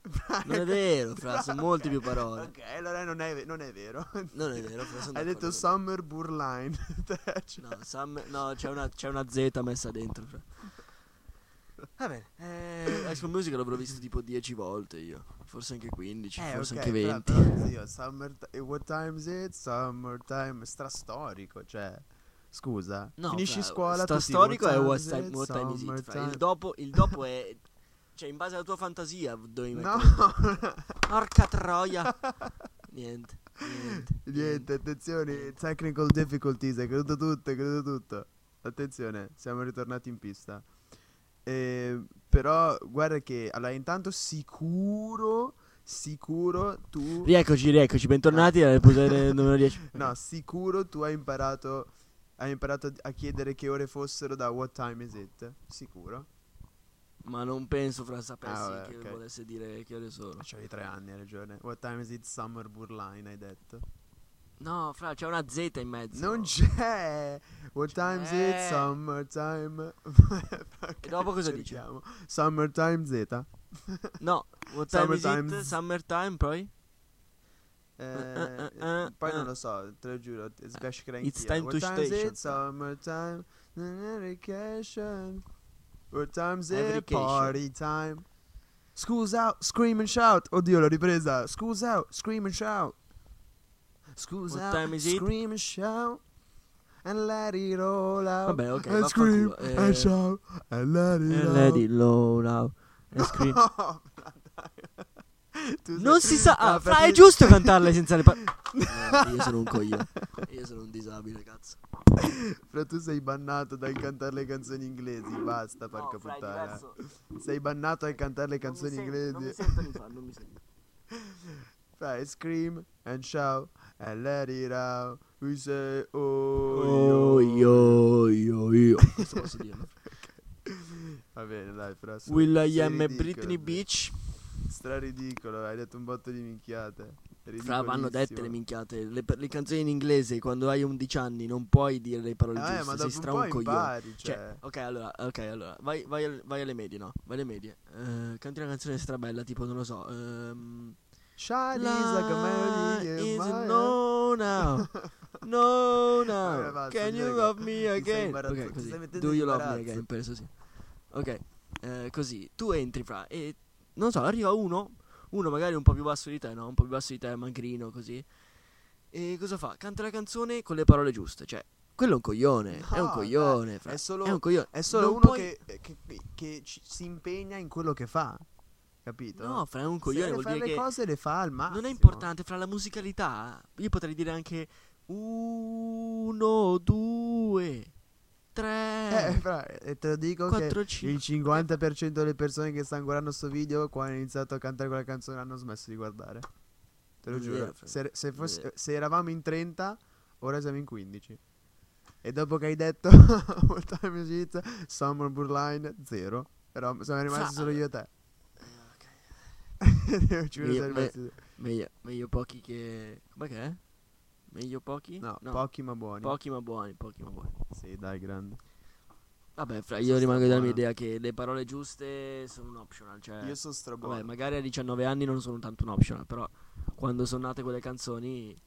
[SPEAKER 4] [laughs] Fra,
[SPEAKER 3] Non è vero,
[SPEAKER 4] [laughs]
[SPEAKER 3] fra, sono molte
[SPEAKER 4] eh. ok.
[SPEAKER 3] più parole.
[SPEAKER 4] Ok, allora non è, ve- non è vero.
[SPEAKER 3] Non è vero, fra, sono
[SPEAKER 4] Hai detto
[SPEAKER 3] d'accordo.
[SPEAKER 4] Summer cioè. Burline. [laughs]
[SPEAKER 3] No, Sam- no, c'è, una, c'è una Z messa dentro. fra. Va bene. Eh, Expo Music l'avrò visto tipo 10 volte io. Forse anche 15,
[SPEAKER 4] Eh,
[SPEAKER 3] forse anche 20.
[SPEAKER 4] zio, summer ti- eh, what time is it? Summertime è strastorico, cioè scusa.
[SPEAKER 3] No,
[SPEAKER 4] finisci
[SPEAKER 3] fra,
[SPEAKER 4] scuola
[SPEAKER 3] Sta
[SPEAKER 4] tutti,
[SPEAKER 3] storico è
[SPEAKER 4] what time
[SPEAKER 3] What Time,
[SPEAKER 4] is it?
[SPEAKER 3] what time Is It. fra. Il
[SPEAKER 4] Summertime.
[SPEAKER 3] dopo, il dopo è. Cioè, in base alla tua fantasia, devi
[SPEAKER 4] No.
[SPEAKER 3] mettere. Porca
[SPEAKER 4] [laughs]
[SPEAKER 3] troia! Niente. Niente.
[SPEAKER 4] Niente, attenzione, technical difficulties, è creduto tutto, è creduto tutto. Attenzione, siamo ritornati in pista. Eh, però guarda che allora intanto sicuro sicuro tu
[SPEAKER 3] Rieccoci, rieccoci. Bentornati all'episodio numero 10.
[SPEAKER 4] No, sicuro tu hai imparato. Hai imparato a chiedere che ore fossero da What Time Is It? Sicuro.
[SPEAKER 3] Ma non penso, fra, sapessi
[SPEAKER 4] Ah, vabbè,
[SPEAKER 3] che
[SPEAKER 4] ok.
[SPEAKER 3] volesse dire che ore sono.
[SPEAKER 4] C'avevi tre anni, hai ragione. What Time Is It? Summer Burline, hai detto.
[SPEAKER 3] No, fra, c'è una Z in mezzo.
[SPEAKER 4] Non c'è! What Time Is It?
[SPEAKER 3] C'è.
[SPEAKER 4] Summertime.
[SPEAKER 3] Cioè, eh.
[SPEAKER 4] [laughs]
[SPEAKER 3] E dopo cosa dice?
[SPEAKER 4] diciamo? Summertime Z.
[SPEAKER 3] No, what time is
[SPEAKER 4] Summertime.
[SPEAKER 3] it? Summertime poi?
[SPEAKER 4] Eh,
[SPEAKER 3] eh, eh,
[SPEAKER 4] poi
[SPEAKER 3] eh.
[SPEAKER 4] non lo so, te lo giuro, t- sbiascicherei
[SPEAKER 3] It's
[SPEAKER 4] anch'io.
[SPEAKER 3] time
[SPEAKER 4] What
[SPEAKER 3] to
[SPEAKER 4] time is
[SPEAKER 3] station.
[SPEAKER 4] it? Summertime. na- na- Vacation. What time is it?
[SPEAKER 3] Everycation.
[SPEAKER 4] Party time. Schools out, scream and shout. Oddio, l'ho ripresa. Schools out, scream and shout. Schools
[SPEAKER 3] What
[SPEAKER 4] out,
[SPEAKER 3] time is it?
[SPEAKER 4] scream and shout. And let it all out.
[SPEAKER 3] Vabbè, ok,
[SPEAKER 4] And scream
[SPEAKER 3] vaffanculo, eh.
[SPEAKER 4] and shout. And let it Oh, out. [laughs]
[SPEAKER 3] low now. E scream.
[SPEAKER 4] No, [laughs] dai. Tu sei-
[SPEAKER 3] Non si sa. Ah,
[SPEAKER 4] Ah,
[SPEAKER 3] fra,
[SPEAKER 4] per-
[SPEAKER 3] è giusto cantarle senza le
[SPEAKER 4] [laughs]
[SPEAKER 3] parole. io sono un coglione. Io sono un disabile, cazzo.
[SPEAKER 4] Fra tu sei bannato dal cantare le canzoni inglesi, basta porca puttana. Sei bannato dal cantare le canzoni inglesi.
[SPEAKER 3] non mi sento.
[SPEAKER 4] Fra scream and shout and let it out. We say oh,
[SPEAKER 3] Oh, io, io,
[SPEAKER 4] [laughs]
[SPEAKER 3] io. Questo posso dirlo.
[SPEAKER 4] Va bene, dai, fra su.
[SPEAKER 3] Will I
[SPEAKER 4] sei
[SPEAKER 3] am a
[SPEAKER 4] ridicolo,
[SPEAKER 3] Britney
[SPEAKER 4] zio.
[SPEAKER 3] Beach.
[SPEAKER 4] Stra ridicolo, hai detto un botto di minchiate.
[SPEAKER 3] Fra, vanno dette le
[SPEAKER 4] Ridicolissimo.
[SPEAKER 3] minchiate. Le, per- le canzoni in inglese, quando hai 11 anni, non puoi dire le parole
[SPEAKER 4] Eh,
[SPEAKER 3] giuste.
[SPEAKER 4] ma
[SPEAKER 3] sei
[SPEAKER 4] dopo
[SPEAKER 3] stra
[SPEAKER 4] un po'
[SPEAKER 3] un coglione.
[SPEAKER 4] impari, cioè.
[SPEAKER 3] Cioè, ok, allora, ok, allora, vai, vai al- vai alle medie, no? Vai alle medie. Eh, canti una canzone strabella, tipo, non lo so. ehm,
[SPEAKER 4] Shine is like a
[SPEAKER 3] La
[SPEAKER 4] melody eh, in
[SPEAKER 3] is
[SPEAKER 4] my head.
[SPEAKER 3] no now. No
[SPEAKER 4] [laughs] Vabbè,
[SPEAKER 3] now.
[SPEAKER 4] basta,
[SPEAKER 3] Can you
[SPEAKER 4] Diego.
[SPEAKER 3] love me
[SPEAKER 4] stai
[SPEAKER 3] again?
[SPEAKER 4] imbarazzo-
[SPEAKER 3] Ok,
[SPEAKER 4] ti
[SPEAKER 3] così.
[SPEAKER 4] stai mettendo
[SPEAKER 3] Do
[SPEAKER 4] in
[SPEAKER 3] you love me
[SPEAKER 4] imbarazzo.
[SPEAKER 3] again? Penso sì. Ok, eh, così. Tu entri fra e, non so, arriva uno, uno magari un po' più basso di te, no? Un po' più basso di te, magrino, così. E cosa fa? Canta la canzone con le parole giuste, cioè... Quello è un coglione,
[SPEAKER 4] No,
[SPEAKER 3] è un
[SPEAKER 4] dai,
[SPEAKER 3] coglione, fra.
[SPEAKER 4] è solo-
[SPEAKER 3] un coglione.
[SPEAKER 4] È solo
[SPEAKER 3] Non
[SPEAKER 4] uno
[SPEAKER 3] puoi-
[SPEAKER 4] che, che, che ci- si impegna in quello che fa. Capito?
[SPEAKER 3] No, fra è un coglione
[SPEAKER 4] Se
[SPEAKER 3] vuol
[SPEAKER 4] fa
[SPEAKER 3] dire
[SPEAKER 4] le
[SPEAKER 3] che
[SPEAKER 4] cose le fa al massimo.
[SPEAKER 3] Non è importante, fra la musicalità, io potrei dire anche uno, due, tre,
[SPEAKER 4] Eh, fra, e te lo dico
[SPEAKER 3] quattro,
[SPEAKER 4] che il
[SPEAKER 3] cinque.
[SPEAKER 4] 50% delle persone che stanno guardando sto video quando hanno iniziato a cantare quella canzone hanno smesso di guardare. Te lo
[SPEAKER 3] Non è
[SPEAKER 4] giuro.
[SPEAKER 3] vero, fra.
[SPEAKER 4] se, se
[SPEAKER 3] Non è
[SPEAKER 4] fosse-
[SPEAKER 3] vero.
[SPEAKER 4] se eravamo in 30, ora siamo in 15. E dopo che hai detto [laughs] What time is it? Summer Burline, zero. Però siamo rimasti
[SPEAKER 3] Fra-
[SPEAKER 4] solo io e te.
[SPEAKER 3] Eh,
[SPEAKER 4] [laughs]
[SPEAKER 3] ok.
[SPEAKER 4] Te lo giuro,
[SPEAKER 3] Io-
[SPEAKER 4] siamo
[SPEAKER 3] beh, eh,
[SPEAKER 4] rimasti-
[SPEAKER 3] Meglio, meglio pochi che... Com'è che è? Meglio pochi?
[SPEAKER 4] No, pochi ma buoni.
[SPEAKER 3] pochi ma buoni, pochi ma buoni.
[SPEAKER 4] Sì, dai, grande.
[SPEAKER 3] Vabbè, fra, io
[SPEAKER 4] Sono
[SPEAKER 3] rimango della mia
[SPEAKER 4] strabuono.
[SPEAKER 3] idea che le parole giuste sono un optional. Cioè,
[SPEAKER 4] Io sono strabuono.
[SPEAKER 3] vabbè, magari a 19 anni non sono tanto un optional, però quando sono nate quelle canzoni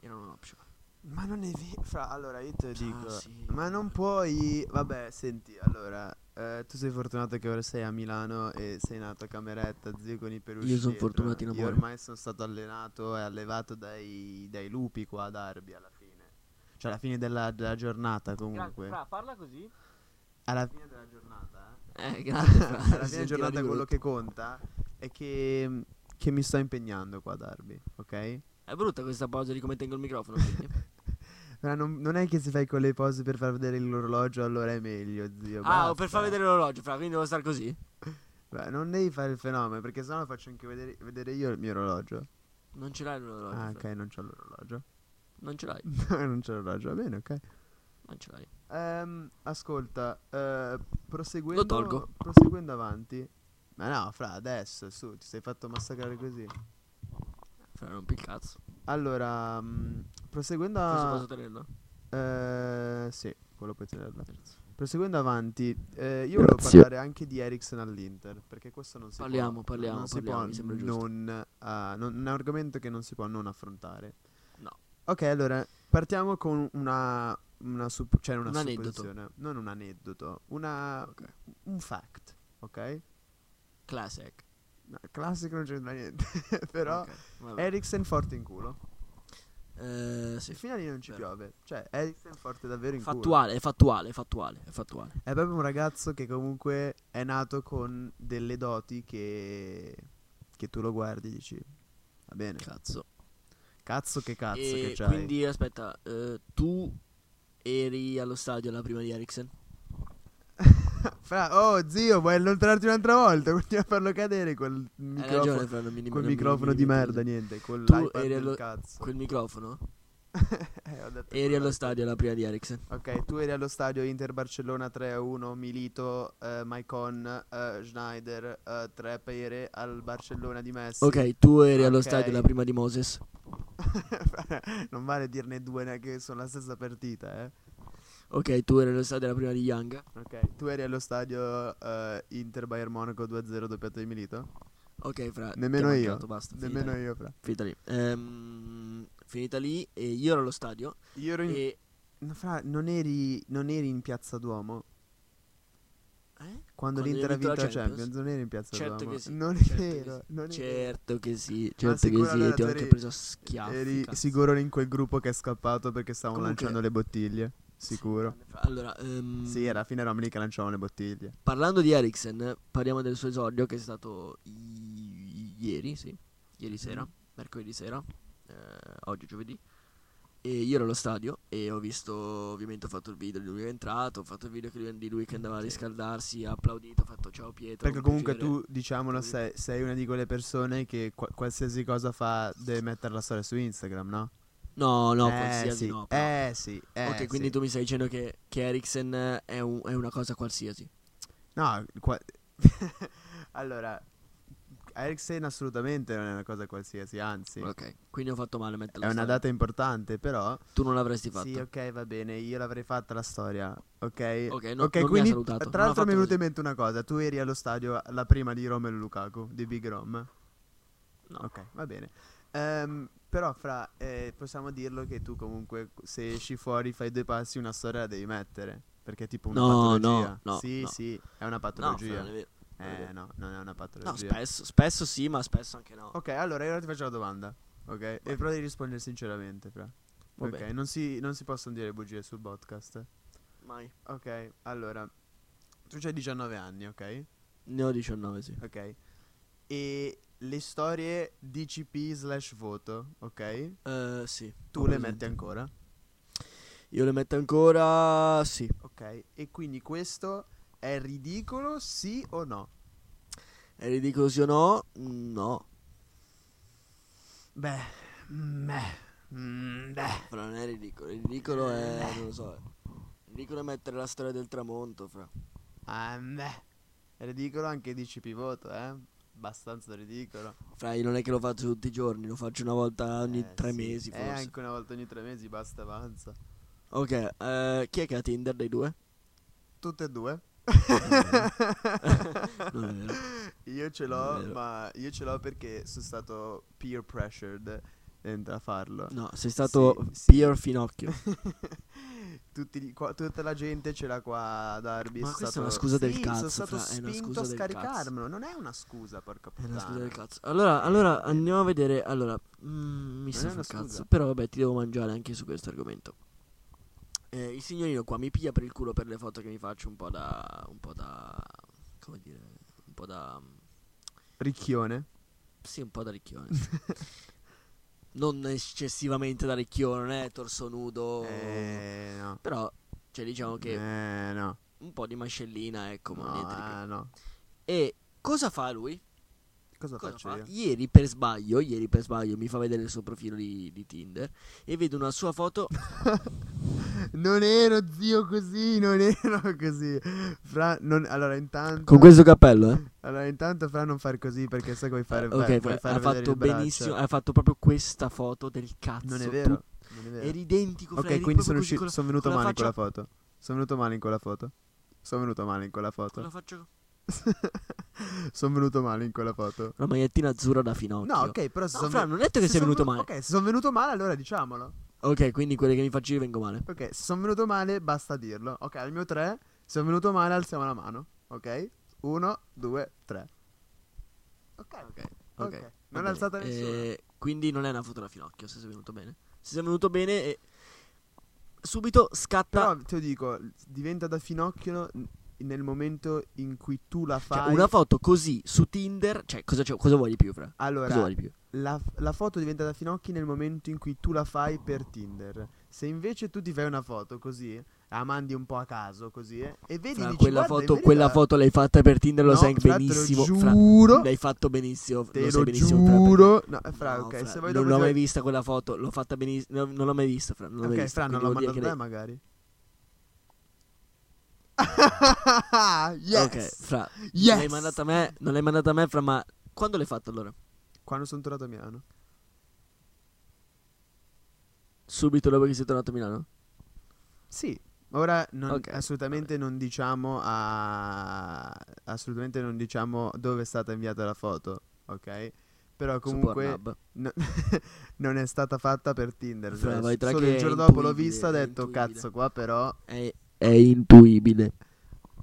[SPEAKER 3] erano un optional.
[SPEAKER 4] Ma non è vero. Fra, allora io te lo dico.
[SPEAKER 3] Ah, sì.
[SPEAKER 4] Ma non puoi. Vabbè, senti, allora. eh, tu sei fortunato che ora sei a Milano e sei nato a Cameretta, zio con i peluche.
[SPEAKER 3] Io son
[SPEAKER 4] dietro.
[SPEAKER 3] fortunato in
[SPEAKER 4] Io
[SPEAKER 3] amore.
[SPEAKER 4] ormai sono stato allenato e allevato dai, dai lupi qua ad Arbi alla fine. Cioè alla fine della, della giornata comunque.
[SPEAKER 3] parla così.
[SPEAKER 4] Alla fine della giornata,
[SPEAKER 3] [laughs]
[SPEAKER 4] eh.
[SPEAKER 3] Eh, grazie.
[SPEAKER 4] alla
[SPEAKER 3] Fra, si
[SPEAKER 4] fine della
[SPEAKER 3] sentiva
[SPEAKER 4] giornata
[SPEAKER 3] di
[SPEAKER 4] quello
[SPEAKER 3] brutto.
[SPEAKER 4] che conta è che, che mi sto impegnando qua ad Arbi, ok?
[SPEAKER 3] È brutta questa pausa di come tengo il microfono. quindi.
[SPEAKER 4] Ora, non, non è che si fai con le pose per far vedere l'orologio, allora è meglio, zio.
[SPEAKER 3] ah, o per
[SPEAKER 4] basta.
[SPEAKER 3] far vedere l'orologio, fra, quindi devo star così.
[SPEAKER 4] Beh, non devi fare il fenomeno, perché sennò faccio anche vedere, vedere io il mio orologio.
[SPEAKER 3] Non ce l'hai l'orologio.
[SPEAKER 4] Ah,
[SPEAKER 3] fra.
[SPEAKER 4] ok, non c'ho l'orologio. [laughs]
[SPEAKER 3] Non ce l'hai.
[SPEAKER 4] non c'ho l'orologio, va bene, ok.
[SPEAKER 3] Non ce l'hai.
[SPEAKER 4] Ehm, ascolta, eh, proseguendo,
[SPEAKER 3] Lo tolgo.
[SPEAKER 4] proseguendo avanti. Ma no, fra adesso, su, ti sei fatto massacrare così.
[SPEAKER 3] Fra, rompi il cazzo.
[SPEAKER 4] Allora, mm, proseguendo
[SPEAKER 3] Questo
[SPEAKER 4] a...
[SPEAKER 3] posso tenerlo?
[SPEAKER 4] Eh, sì, quello puoi tenerla. Proseguendo avanti, eh, io volevo parlare anche di Ericsson all'Inter, perché questo non si
[SPEAKER 3] Parliamo,
[SPEAKER 4] può,
[SPEAKER 3] parliamo,
[SPEAKER 4] non si
[SPEAKER 3] parliamo, mi
[SPEAKER 4] può
[SPEAKER 3] sembra giusto.
[SPEAKER 4] non, ah, non- un argomento che non si può non affrontare.
[SPEAKER 3] No.
[SPEAKER 4] Ok, allora, partiamo con una, una supp- cioè una
[SPEAKER 3] Un aneddoto.
[SPEAKER 4] supposizione, non un aneddoto, una,
[SPEAKER 3] Ok.
[SPEAKER 4] un fact, ok?
[SPEAKER 3] Classic.
[SPEAKER 4] No, classico non c'entra niente, [laughs] però
[SPEAKER 3] Ok, vabbè.
[SPEAKER 4] Ericsson forte in culo.
[SPEAKER 3] Eh, sì.
[SPEAKER 4] Fino a lì non ci
[SPEAKER 3] Vero.
[SPEAKER 4] piove, cioè Ericsson forte davvero in culo.
[SPEAKER 3] Fattuale, è fattuale, è fattuale, è fattuale.
[SPEAKER 4] È proprio un ragazzo che comunque è nato con delle doti che, che tu lo guardi e dici, va bene,
[SPEAKER 3] Cazzo.
[SPEAKER 4] cazzo che cazzo
[SPEAKER 3] E
[SPEAKER 4] che c'hai.
[SPEAKER 3] Quindi aspetta, eh, tu eri allo stadio alla prima di Eriksen?
[SPEAKER 4] Fra, oh zio, vuoi allontanarti un'altra volta? [laughs] Continua a farlo cadere quel
[SPEAKER 3] Hai
[SPEAKER 4] microfono,
[SPEAKER 3] ragione, Fra, non mi
[SPEAKER 4] quel
[SPEAKER 3] non mi-
[SPEAKER 4] microfono
[SPEAKER 3] non mi-
[SPEAKER 4] di
[SPEAKER 3] non mi-
[SPEAKER 4] merda, niente, con
[SPEAKER 3] Tu
[SPEAKER 4] l'iPad
[SPEAKER 3] eri
[SPEAKER 4] del
[SPEAKER 3] allo-
[SPEAKER 4] cazzo.
[SPEAKER 3] Quel microfono?
[SPEAKER 4] [laughs] Eh, ho detto
[SPEAKER 3] Eri allo
[SPEAKER 4] quello.
[SPEAKER 3] stadio alla prima di Eriksen.
[SPEAKER 4] Ok, tu eri allo stadio Inter-Barcellona 3-1, Milito, eh, Maicon, eh, Schneider, eh, tre pere al Barcellona di Messi.
[SPEAKER 3] Ok, tu eri allo
[SPEAKER 4] Ok.
[SPEAKER 3] stadio alla prima di Moses.
[SPEAKER 4] [laughs] non vale dirne due neanche che sono la stessa partita, eh.
[SPEAKER 3] Ok, tu eri allo stadio alla prima di Young.
[SPEAKER 4] Ok, tu eri allo stadio eh, Inter Bayern Monaco 2-0 doppiato di Milito?
[SPEAKER 3] Ok, Fra. Eh, ti
[SPEAKER 4] Nemmeno
[SPEAKER 3] ho
[SPEAKER 4] io.
[SPEAKER 3] mancato, basta, finita
[SPEAKER 4] Nemmeno
[SPEAKER 3] lì.
[SPEAKER 4] io, fra.
[SPEAKER 3] Finita lì. Ehm, finita lì e io ero allo stadio
[SPEAKER 4] Io ero in...
[SPEAKER 3] e
[SPEAKER 4] No, Fra, non eri, non eri in Piazza Duomo?
[SPEAKER 3] eh?
[SPEAKER 4] Quando,
[SPEAKER 3] Quando
[SPEAKER 4] l'Inter ha vinto la Champions,
[SPEAKER 3] Champions?
[SPEAKER 4] non eri in Piazza
[SPEAKER 3] Certo
[SPEAKER 4] Duomo?
[SPEAKER 3] che sì,
[SPEAKER 4] Non
[SPEAKER 3] certo che
[SPEAKER 4] ero,
[SPEAKER 3] sì.
[SPEAKER 4] non ero.
[SPEAKER 3] Certo che sì, certo che
[SPEAKER 4] sicuro
[SPEAKER 3] sì,
[SPEAKER 4] allora
[SPEAKER 3] ti ho
[SPEAKER 4] tu
[SPEAKER 3] anche
[SPEAKER 4] eri-
[SPEAKER 3] preso a schiaffi.
[SPEAKER 4] Eri
[SPEAKER 3] cazzo.
[SPEAKER 4] sicuro in quel gruppo che è scappato perché stavano
[SPEAKER 3] Comunque-
[SPEAKER 4] lanciando le bottiglie?
[SPEAKER 3] Sì,
[SPEAKER 4] Sicuro.
[SPEAKER 3] grande fra- Allora, ehm,
[SPEAKER 4] Sì, eh. era a fine eravamo lì che lanciavano le bottiglie.
[SPEAKER 3] parlando di Eriksen, parliamo del suo esordio che è stato i- ieri, sì,
[SPEAKER 4] Mm.
[SPEAKER 3] ieri sera, mercoledì sera, eh, oggi giovedì. E io ero allo stadio e ho visto, ovviamente ho fatto il video di lui che è entrato, ho fatto il video che lui- di lui che andava a riscaldarsi, ha applaudito, ho fatto ciao Pietro.
[SPEAKER 4] Perché
[SPEAKER 3] un
[SPEAKER 4] comunque
[SPEAKER 3] piacere".
[SPEAKER 4] tu, diciamolo,
[SPEAKER 3] Sì.
[SPEAKER 4] sei, sei una di quelle persone che qua- qualsiasi cosa fa deve mettere la storia su Instagram, no?
[SPEAKER 3] No, no,
[SPEAKER 4] eh,
[SPEAKER 3] qualsiasi
[SPEAKER 4] sì.
[SPEAKER 3] no. però.
[SPEAKER 4] Eh sì, eh
[SPEAKER 3] ok, quindi
[SPEAKER 4] sì.
[SPEAKER 3] tu mi stai dicendo che, che Eriksen è, un- è una cosa qualsiasi.
[SPEAKER 4] No, qua- [laughs] allora, Ericsson assolutamente non è una cosa qualsiasi, anzi,
[SPEAKER 3] Ok, quindi ho fatto male a metterla
[SPEAKER 4] è una
[SPEAKER 3] sta-
[SPEAKER 4] data importante, però...
[SPEAKER 3] Tu non l'avresti fatta.
[SPEAKER 4] Sì, ok, va bene, io l'avrei fatta la storia, ok?
[SPEAKER 3] Ok, no- non mi ha
[SPEAKER 4] quindi,
[SPEAKER 3] salutato, non
[SPEAKER 4] tra
[SPEAKER 3] ha
[SPEAKER 4] l'altro mi è
[SPEAKER 3] fatto
[SPEAKER 4] venuta in mente una cosa, tu eri allo stadio la prima di Romelu Lukaku, di Big Rom.
[SPEAKER 3] No.
[SPEAKER 4] Ok, va bene. Ehm, però, fra, eh, possiamo dirlo che tu comunque, se esci fuori, fai due passi, una storia la devi mettere. Perché è tipo una
[SPEAKER 3] No,
[SPEAKER 4] patologia.
[SPEAKER 3] no, no,
[SPEAKER 4] sì,
[SPEAKER 3] no.
[SPEAKER 4] sì, è una
[SPEAKER 3] No,
[SPEAKER 4] patologia.
[SPEAKER 3] fra- non è vero.
[SPEAKER 4] eh, no, non è una patologia.
[SPEAKER 3] No, spesso, spesso sì, ma spesso anche no.
[SPEAKER 4] Ok, allora io ora ti faccio la domanda. Ok, e però devi rispondere sinceramente, fra.
[SPEAKER 3] Va
[SPEAKER 4] ok,
[SPEAKER 3] bene.
[SPEAKER 4] non si, non si possono dire bugie sul podcast. eh.
[SPEAKER 3] Mai.
[SPEAKER 4] Ok, allora. Tu c'hai 19 anni, ok?
[SPEAKER 3] Ne ho 19, sì.
[SPEAKER 4] Ok. E le storie DCP slash voto, ok?
[SPEAKER 3] Eh, sì.
[SPEAKER 4] Tu
[SPEAKER 3] Ho
[SPEAKER 4] le
[SPEAKER 3] presente.
[SPEAKER 4] metti ancora.
[SPEAKER 3] Io le metto ancora, sì.
[SPEAKER 4] Ok. E quindi questo è ridicolo, sì o no?
[SPEAKER 3] È ridicolo sì o no? Mm, No.
[SPEAKER 4] Beh, mm, beh, mm, beh.
[SPEAKER 3] Fra, non è ridicolo. Il ridicolo
[SPEAKER 4] Eh.
[SPEAKER 3] è, non lo so. eh. Il ridicolo è mettere la storia del tramonto, fra.
[SPEAKER 4] Ah, beh. È ridicolo anche DCP voto, eh? Abbastanza ridicolo.
[SPEAKER 3] Fra, io non è che lo faccio tutti i giorni, lo faccio una volta ogni
[SPEAKER 4] Eh,
[SPEAKER 3] tre
[SPEAKER 4] sì.
[SPEAKER 3] mesi,
[SPEAKER 4] Eh,
[SPEAKER 3] forse.
[SPEAKER 4] anche una volta ogni tre mesi, basta, avanza.
[SPEAKER 3] Ok, eh, chi è che ha Tinder dei due?
[SPEAKER 4] Tutte e due.
[SPEAKER 3] [laughs] Non è vero.
[SPEAKER 4] Io ce
[SPEAKER 3] Non è
[SPEAKER 4] l'ho,
[SPEAKER 3] vero.
[SPEAKER 4] ma io ce l'ho perché sono stato peer pressured dentro a farlo.
[SPEAKER 3] No, sei stato
[SPEAKER 4] Sì, sì.
[SPEAKER 3] Pier Finocchio. [laughs]
[SPEAKER 4] Tutti gli- qua- tutta la gente ce l'ha qua a Darby.
[SPEAKER 3] Ma
[SPEAKER 4] sono
[SPEAKER 3] questa è
[SPEAKER 4] stato-
[SPEAKER 3] una scusa del
[SPEAKER 4] Sì,
[SPEAKER 3] cazzo,
[SPEAKER 4] Sono stato
[SPEAKER 3] fra, è una
[SPEAKER 4] spinto
[SPEAKER 3] scusa
[SPEAKER 4] a
[SPEAKER 3] del cazzo.
[SPEAKER 4] scaricarmelo. Non è una scusa, porca
[SPEAKER 3] È
[SPEAKER 4] puttana.
[SPEAKER 3] una Eh, scusa del cazzo. Allora, allora andiamo a vedere. Allora, mm, mi
[SPEAKER 4] Eh, Non
[SPEAKER 3] sta
[SPEAKER 4] è
[SPEAKER 3] sul
[SPEAKER 4] una
[SPEAKER 3] cazzo.
[SPEAKER 4] scusa.
[SPEAKER 3] Però vabbè, ti devo mangiare anche su questo argomento. Eh, il signorino qua mi piglia per il culo per le foto che mi faccio un po' da. un po' da. come dire. un po' da.
[SPEAKER 4] Ricchione.
[SPEAKER 3] sì, un po' da ricchione.
[SPEAKER 4] [laughs]
[SPEAKER 3] non eccessivamente da ricchione, non è torso nudo.
[SPEAKER 4] Eh, no.
[SPEAKER 3] Però, cioè, Oh. diciamo che
[SPEAKER 4] Eh, no.
[SPEAKER 3] un po' di mascellina, ecco, ma
[SPEAKER 4] No,
[SPEAKER 3] niente di
[SPEAKER 4] eh, no.
[SPEAKER 3] più. E cosa fa lui?
[SPEAKER 4] Cosa,
[SPEAKER 3] Cosa
[SPEAKER 4] faccio
[SPEAKER 3] fa?
[SPEAKER 4] io?
[SPEAKER 3] Ieri per sbaglio, ieri per sbaglio mi fa vedere il suo profilo di, di Tinder e vedo una
[SPEAKER 4] [laughs]
[SPEAKER 3] sua foto.
[SPEAKER 4] Non ero zio così, non ero [laughs] così. Fra, non- allora intanto...
[SPEAKER 3] cappello, eh?
[SPEAKER 4] Allora intanto Fra non far così perché sai come fare...
[SPEAKER 3] Ah, ok,
[SPEAKER 4] fai-
[SPEAKER 3] fra-
[SPEAKER 4] puoi far
[SPEAKER 3] ha
[SPEAKER 4] vedere
[SPEAKER 3] fatto
[SPEAKER 4] il braccio.
[SPEAKER 3] benissimo, ha fatto proprio questa foto del cazzo.
[SPEAKER 4] Non è
[SPEAKER 3] tu-
[SPEAKER 4] vero. Non è vero.
[SPEAKER 3] Era identico. fra,
[SPEAKER 4] Ok,
[SPEAKER 3] eri
[SPEAKER 4] quindi
[SPEAKER 3] proprio
[SPEAKER 4] sono, usci-
[SPEAKER 3] così con la-
[SPEAKER 4] sono venuto
[SPEAKER 3] con la
[SPEAKER 4] male in quella
[SPEAKER 3] faccia-
[SPEAKER 4] foto. Sono venuto male in quella foto. Sono venuto male in quella
[SPEAKER 3] con la
[SPEAKER 4] foto.
[SPEAKER 3] faccia-
[SPEAKER 4] [laughs] sono venuto male in quella foto.
[SPEAKER 3] Una magliettina azzurra da finocchio.
[SPEAKER 4] No, ok, però se
[SPEAKER 3] No,
[SPEAKER 4] sono
[SPEAKER 3] fra, non ho detto che sei venuto male.
[SPEAKER 4] Ok, se sono venuto male, allora diciamolo.
[SPEAKER 3] Ok, quindi quelle che mi faccio io vengo male.
[SPEAKER 4] Ok, se sono venuto male, basta dirlo. Ok, al mio 3, se sono venuto male, alziamo la mano. Ok? 1, 2, 3. Ok,
[SPEAKER 3] Ok,
[SPEAKER 4] ok.
[SPEAKER 3] ok. va
[SPEAKER 4] Non
[SPEAKER 3] bene.
[SPEAKER 4] è alzata nessuno.
[SPEAKER 3] Eh, quindi non è una foto da finocchio, se sei venuto bene. Se sei venuto bene eh, subito scatta
[SPEAKER 4] Però te lo dico, diventa da finocchio n- nel momento in cui tu la
[SPEAKER 3] Cioè,
[SPEAKER 4] fai.
[SPEAKER 3] una foto così su Tinder, cioè, cosa, c'è- cosa vuoi di più, Fra? Cosa
[SPEAKER 4] allora,
[SPEAKER 3] vuoi di più?
[SPEAKER 4] la, la foto diventa da finocchi nel momento in cui tu la fai per Tinder. Se invece tu ti fai una foto così, la mandi un po' a caso così, eh, e vedi
[SPEAKER 3] Fra,
[SPEAKER 4] dici,
[SPEAKER 3] quella,
[SPEAKER 4] "Guarda, in
[SPEAKER 3] foto,
[SPEAKER 4] verità-
[SPEAKER 3] quella foto l'hai fatta per Tinder, lo
[SPEAKER 4] No,
[SPEAKER 3] sai
[SPEAKER 4] fra,
[SPEAKER 3] benissimo.
[SPEAKER 4] Te lo
[SPEAKER 3] Fra,
[SPEAKER 4] giuro,
[SPEAKER 3] l'hai fatto benissimo.
[SPEAKER 4] te
[SPEAKER 3] lo sai
[SPEAKER 4] lo
[SPEAKER 3] benissimo, Fra,
[SPEAKER 4] giuro. No, eh,
[SPEAKER 3] perché-
[SPEAKER 4] fra,
[SPEAKER 3] No,
[SPEAKER 4] ok,
[SPEAKER 3] Fra,
[SPEAKER 4] se vuoi
[SPEAKER 3] non
[SPEAKER 4] dopo
[SPEAKER 3] l'ho
[SPEAKER 4] ti-
[SPEAKER 3] mai vista quella foto, l'ho fatta benissimo. Non l'ho mai vista, Fra. Non l'ho
[SPEAKER 4] Ok,
[SPEAKER 3] mai vista.
[SPEAKER 4] fra, non
[SPEAKER 3] quindi
[SPEAKER 4] l'ho mandato
[SPEAKER 3] vuol dire
[SPEAKER 4] te
[SPEAKER 3] che
[SPEAKER 4] magari.
[SPEAKER 3] lei-
[SPEAKER 4] yes!
[SPEAKER 3] [laughs] Ok, Fra.
[SPEAKER 4] Yes!
[SPEAKER 3] L'hai mandata a me, non l'hai mandata a me, Fra, ma quando l'hai fatta allora?
[SPEAKER 4] Quando sono tornato a Milano.
[SPEAKER 3] Subito dopo che sei tornato a Milano?
[SPEAKER 4] Sì, ora non-
[SPEAKER 3] Ok,
[SPEAKER 4] assolutamente non diciamo a... Assolutamente non diciamo dove è stata inviata la foto, ok? Però
[SPEAKER 3] su
[SPEAKER 4] comunque
[SPEAKER 3] Pornhub.
[SPEAKER 4] no- [laughs] non è stata fatta per Tinder.
[SPEAKER 3] Fra,
[SPEAKER 4] cioè,
[SPEAKER 3] vai tra
[SPEAKER 4] solo
[SPEAKER 3] che
[SPEAKER 4] il
[SPEAKER 3] è
[SPEAKER 4] giorno dopo l'ho
[SPEAKER 3] intuibile,
[SPEAKER 4] vista e ho
[SPEAKER 3] è
[SPEAKER 4] detto
[SPEAKER 3] intuibile.
[SPEAKER 4] cazzo qua però,
[SPEAKER 3] È, è intuibile.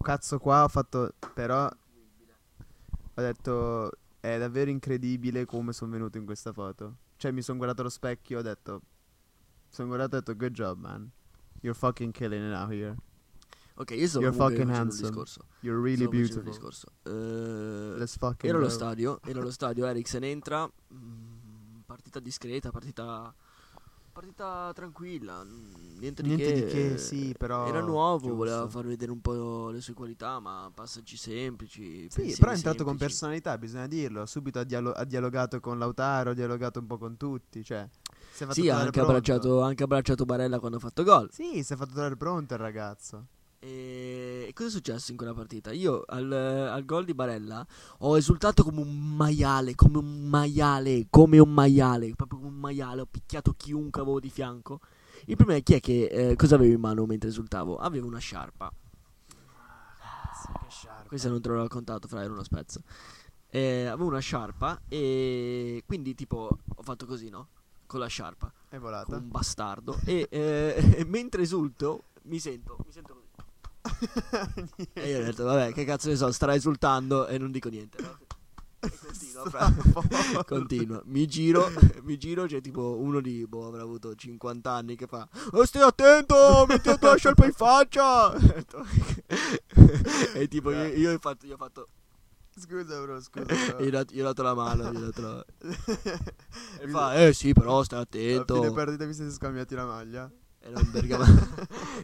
[SPEAKER 4] cazzo qua ho fatto però... Ho detto è davvero incredibile come sono venuto in questa foto. Cioè mi sono guardato allo specchio e ho detto... Sono guardato e ho detto good job man. You're fucking killing it out here.
[SPEAKER 3] Ok, io sono
[SPEAKER 4] You're fucking
[SPEAKER 3] comunque facendo un
[SPEAKER 4] handsome.
[SPEAKER 3] discorso.
[SPEAKER 4] You're really
[SPEAKER 3] Stavo facendo un
[SPEAKER 4] beautiful.
[SPEAKER 3] discorso. Eh,
[SPEAKER 4] Let's fucking
[SPEAKER 3] Era lo
[SPEAKER 4] go. [laughs]
[SPEAKER 3] stadio, era lo stadio, Eriksen entra, mm, partita discreta, partita, partita tranquilla, mm, niente di
[SPEAKER 4] Niente
[SPEAKER 3] che.
[SPEAKER 4] di che, sì, però
[SPEAKER 3] Era nuovo,
[SPEAKER 4] giusto.
[SPEAKER 3] voleva far vedere un po' le sue qualità, ma passaggi semplici.
[SPEAKER 4] Sì,
[SPEAKER 3] pensieri
[SPEAKER 4] però è entrato con
[SPEAKER 3] semplici.
[SPEAKER 4] personalità, bisogna dirlo. Subito ha, dialo- ha dialogato con Lautaro, ha dialogato un po' con tutti. Cioè, si è fatto
[SPEAKER 3] Sì,
[SPEAKER 4] trovare
[SPEAKER 3] ha anche
[SPEAKER 4] pronto.
[SPEAKER 3] abbracciato, ha anche abbracciato Barella quando ha fatto gol.
[SPEAKER 4] Sì, si è fatto trovare pronto il ragazzo.
[SPEAKER 3] E e cosa è successo in quella partita? Io al, al gol di Barella ho esultato come un maiale, come un maiale, come un maiale, proprio come un maiale, ho picchiato chiunque avevo di fianco. Il problema è chi è che eh, cosa avevo in mano mentre esultavo? Avevo una sciarpa.
[SPEAKER 4] che sciarpa.
[SPEAKER 3] Questa non te l'ho raccontato, fra era uno spezzo. Eh, avevo una sciarpa e quindi tipo ho fatto così, no? Con la sciarpa,
[SPEAKER 4] È [laughs]
[SPEAKER 3] con
[SPEAKER 4] volata.
[SPEAKER 3] un bastardo e eh, [laughs] mentre esulto mi sento, mi sento così. E io ho detto, vabbè, che cazzo ne so, starà esultando e non
[SPEAKER 4] [laughs]
[SPEAKER 3] dico niente. no? E Continua, fra- continua. Mi giro, mi giro, c'è tipo uno di, boh, avrà avuto 50 anni che fa, "Oh, stai attento, metti la tua sciarpa in faccia. [laughs] Ho detto- e tipo io, io ho fatto, io ho fatto,
[SPEAKER 4] [laughs] Scusa, bro, scusa.
[SPEAKER 3] io ho
[SPEAKER 4] Bro.
[SPEAKER 3] dato, io ho dato la mano, gli ho dato
[SPEAKER 4] [laughs]
[SPEAKER 3] la- E
[SPEAKER 4] Mi-
[SPEAKER 3] fa, eh sì, però stai
[SPEAKER 4] Alla fine
[SPEAKER 3] attento.
[SPEAKER 4] partita vi siete scambiati la maglia.
[SPEAKER 3] Era
[SPEAKER 4] [laughs]
[SPEAKER 3] un, bergama-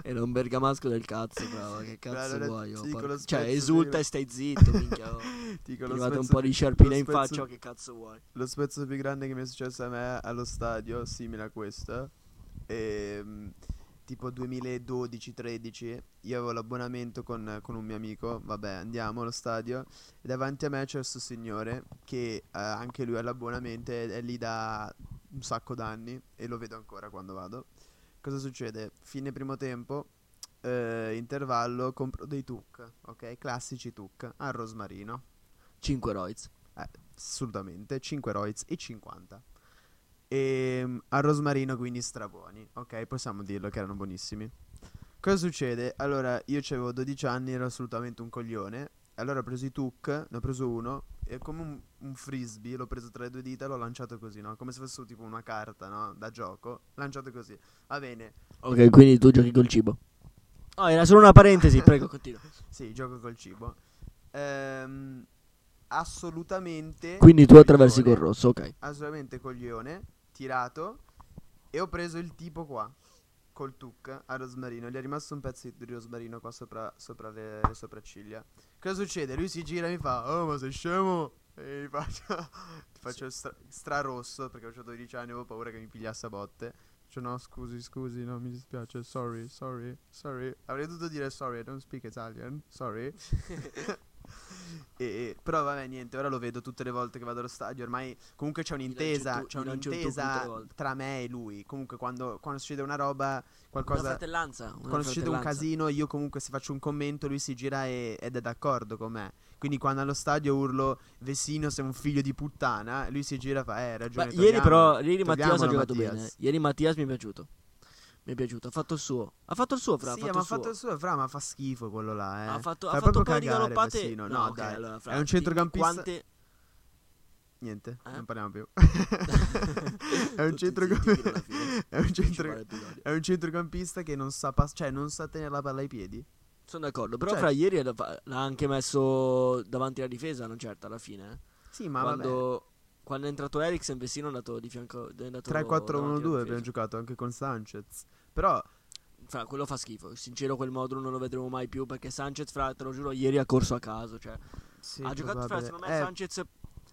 [SPEAKER 3] era un bergamasco del cazzo, bravo, che
[SPEAKER 4] Beh,
[SPEAKER 3] cazzo
[SPEAKER 4] allora,
[SPEAKER 3] vuoi?
[SPEAKER 4] sì,
[SPEAKER 3] oh,
[SPEAKER 4] con
[SPEAKER 3] porca-
[SPEAKER 4] lo
[SPEAKER 3] Cioè,
[SPEAKER 4] spezzo, sì.
[SPEAKER 3] esulta e stai zitto, minchia. oh.
[SPEAKER 4] [laughs] Ti
[SPEAKER 3] È
[SPEAKER 4] con lo
[SPEAKER 3] arrivato un
[SPEAKER 4] spezzo
[SPEAKER 3] po' di
[SPEAKER 4] più-
[SPEAKER 3] sciarpina
[SPEAKER 4] lo
[SPEAKER 3] in
[SPEAKER 4] spezzo
[SPEAKER 3] faccia, oh, che cazzo vuoi?
[SPEAKER 4] Lo spezzo più grande che mi è successo a me allo stadio, simile a questa, ehm, tipo 2012-13, io avevo l'abbonamento con, con un mio amico, vabbè andiamo allo stadio, e davanti a me c'è questo signore che eh, anche lui ha l'abbonamento ed è lì da un sacco d'anni e lo vedo ancora quando vado. Cosa succede? Fine primo tempo, eh, eh, intervallo compro dei tuk, ok? Classici tuk al rosmarino.
[SPEAKER 3] 5 Roids.
[SPEAKER 4] Eh, assolutamente, 5 Roids e 50. E al rosmarino quindi strabuoni, ok? Possiamo dirlo che erano buonissimi. Cosa succede? Allora, io avevo 12 anni, ero assolutamente un coglione. Allora ho preso i tuk, ne ho preso uno, e come un, un frisbee, l'ho preso tra le due dita e l'ho lanciato così, no? Come se fosse tipo una carta, no? Da gioco, lanciato così. Va bene,
[SPEAKER 3] Ok, quindi tu giochi col cibo. Oh, era solo una [laughs] parentesi, prego, continua.
[SPEAKER 4] Sì, gioco col cibo. Ehm, assolutamente.
[SPEAKER 3] Quindi tu attraversi col
[SPEAKER 4] coglione,
[SPEAKER 3] rosso, ok.
[SPEAKER 4] Assolutamente coglione, tirato. E ho preso il tipo qua. Col tuc a rosmarino. Gli è rimasto un pezzo di rosmarino qua sopra, sopra le, le sopracciglia. Cosa succede? Lui si gira e mi fa: Oh, ma sei scemo! E gli faccio, [laughs] ti faccio stra- strarosso perché avevo 12 anni avevo paura che mi pigliasse a botte. Cioè, no, scusi, scusi, no, mi dispiace. Sorry, sorry, sorry. Avrei dovuto dire sorry, I don't speak Italian.
[SPEAKER 3] [laughs]
[SPEAKER 4] Sorry. E- però vabbè niente, ora lo vedo tutte le volte che vado allo stadio, ormai comunque c'è un'intesa,
[SPEAKER 3] tu-
[SPEAKER 4] c'è
[SPEAKER 3] gli lancio il tubo tutte le
[SPEAKER 4] un'intesa
[SPEAKER 3] volte.
[SPEAKER 4] tra me e lui, comunque quando, quando succede una roba,
[SPEAKER 3] Una
[SPEAKER 4] qualcosa,
[SPEAKER 3] fratellanza. Una
[SPEAKER 4] quando succede un
[SPEAKER 3] fratellanza.
[SPEAKER 4] casino io comunque se faccio un commento lui si gira e- ed è d'accordo con me, quindi quando allo stadio urlo Vesino sei un figlio di puttana, lui si gira e fa eh hai
[SPEAKER 3] Beh,
[SPEAKER 4] ragione,
[SPEAKER 3] ieri però,
[SPEAKER 4] togliamolo,
[SPEAKER 3] ieri Mattias ha
[SPEAKER 4] togliamolo,
[SPEAKER 3] giocato
[SPEAKER 4] Mattias."
[SPEAKER 3] bene. eh. Ieri Mattias mi è piaciuto. Mi è piaciuto, ha fatto il suo. Ha fatto il suo, Fra.
[SPEAKER 4] Sì,
[SPEAKER 3] ha
[SPEAKER 4] ma ha
[SPEAKER 3] fatto il
[SPEAKER 4] fatto
[SPEAKER 3] suo.
[SPEAKER 4] il suo, fra, ma fa schifo quello là, eh.
[SPEAKER 3] ha fatto, ha
[SPEAKER 4] Fa
[SPEAKER 3] fatto
[SPEAKER 4] proprio
[SPEAKER 3] un paio di
[SPEAKER 4] cagare,
[SPEAKER 3] galoppate.
[SPEAKER 4] Vessino.
[SPEAKER 3] no,
[SPEAKER 4] No,
[SPEAKER 3] ok,
[SPEAKER 4] dai.
[SPEAKER 3] allora, Fra,
[SPEAKER 4] è un
[SPEAKER 3] dimmi
[SPEAKER 4] centrocampista.
[SPEAKER 3] Quante...
[SPEAKER 4] Niente,
[SPEAKER 3] Eh?
[SPEAKER 4] non parliamo
[SPEAKER 3] [laughs]
[SPEAKER 4] più. è un
[SPEAKER 3] Tutti zitti fino alla
[SPEAKER 4] centrocampista.
[SPEAKER 3] fine.
[SPEAKER 4] [laughs] è un
[SPEAKER 3] Non ci
[SPEAKER 4] centro-
[SPEAKER 3] pare più d'odio.
[SPEAKER 4] È un centrocampista che non sa, pas- cioè, non sa tenere la palla ai piedi.
[SPEAKER 3] Sono d'accordo, però
[SPEAKER 4] Cioè-
[SPEAKER 3] Fra ieri l'ha fa- l'ha anche messo davanti alla difesa, non certo alla fine. eh.
[SPEAKER 4] Sì, ma vabbè.
[SPEAKER 3] quando, quando è entrato Eriksen, Vessino è andato di fianco. È andato
[SPEAKER 4] 3-4-1-2
[SPEAKER 3] davanti alla
[SPEAKER 4] abbiamo
[SPEAKER 3] difesa.
[SPEAKER 4] giocato anche con Sanchez. Però,
[SPEAKER 3] Fra, quello fa schifo. Sincero, quel modulo non lo vedremo mai più. Perché Sanchez, fra, te lo giuro, ieri ha corso a caso. Cioè,
[SPEAKER 4] sì,
[SPEAKER 3] ha giocato, fra,
[SPEAKER 4] probabile.
[SPEAKER 3] secondo me,
[SPEAKER 4] ah, Eh,
[SPEAKER 3] Sanchez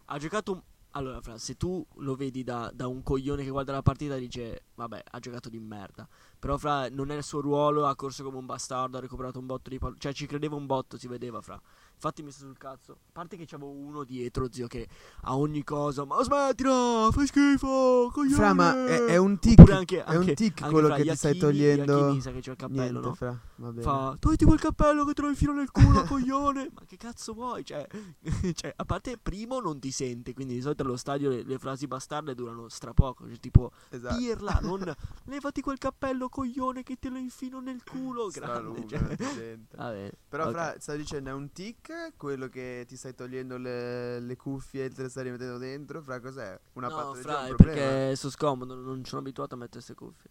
[SPEAKER 3] ha giocato. un- Allora, fra, se tu lo vedi da, da un coglione che guarda la partita, dice: Vabbè, ha giocato di merda. Però, fra, non è il suo ruolo. Ha corso come un bastardo. Ha recuperato un botto di palla. Cioè, ci credeva un botto, si vedeva, fra. Infatti, mi sto sul cazzo. A parte che c'avevo uno dietro, zio, che a ogni cosa. Ma smettila, fai schifo. Coglione.
[SPEAKER 4] Fra, ma è, è un tic.
[SPEAKER 3] Oppure anche-
[SPEAKER 4] è
[SPEAKER 3] anche-
[SPEAKER 4] un tic
[SPEAKER 3] anche
[SPEAKER 4] quello
[SPEAKER 3] fra
[SPEAKER 4] che ti stai
[SPEAKER 3] Iachini-
[SPEAKER 4] togliendo.
[SPEAKER 3] Iachini sa che c'è il cappello,
[SPEAKER 4] Niente,
[SPEAKER 3] no?
[SPEAKER 4] fra. Va bene.
[SPEAKER 3] Fa, togliti quel cappello che te lo infilo
[SPEAKER 4] [laughs]
[SPEAKER 3] nel culo, coglione. Ma che cazzo vuoi? Cioè, [laughs] cioè, a parte primo non ti sente, quindi di solito allo stadio le, le frasi bastarde durano strapoco. Cioè, tipo,
[SPEAKER 4] Esatto. [laughs]
[SPEAKER 3] dirla, non levati quel cappello, coglione, che te lo infilo nel culo. Grande,
[SPEAKER 4] Stralume,
[SPEAKER 3] cioè.
[SPEAKER 4] gente.
[SPEAKER 3] Vabbè,
[SPEAKER 4] Però,
[SPEAKER 3] ok.
[SPEAKER 4] fra, stavo dicendo, è un tic quello che ti stai togliendo le, le cuffie e te le stai rimettendo dentro. Fra, cos'è? Una
[SPEAKER 3] No,
[SPEAKER 4] patologia,
[SPEAKER 3] fra,
[SPEAKER 4] un
[SPEAKER 3] è
[SPEAKER 4] problema?
[SPEAKER 3] perché sono scomodo, non sono abituato a mettere queste cuffie.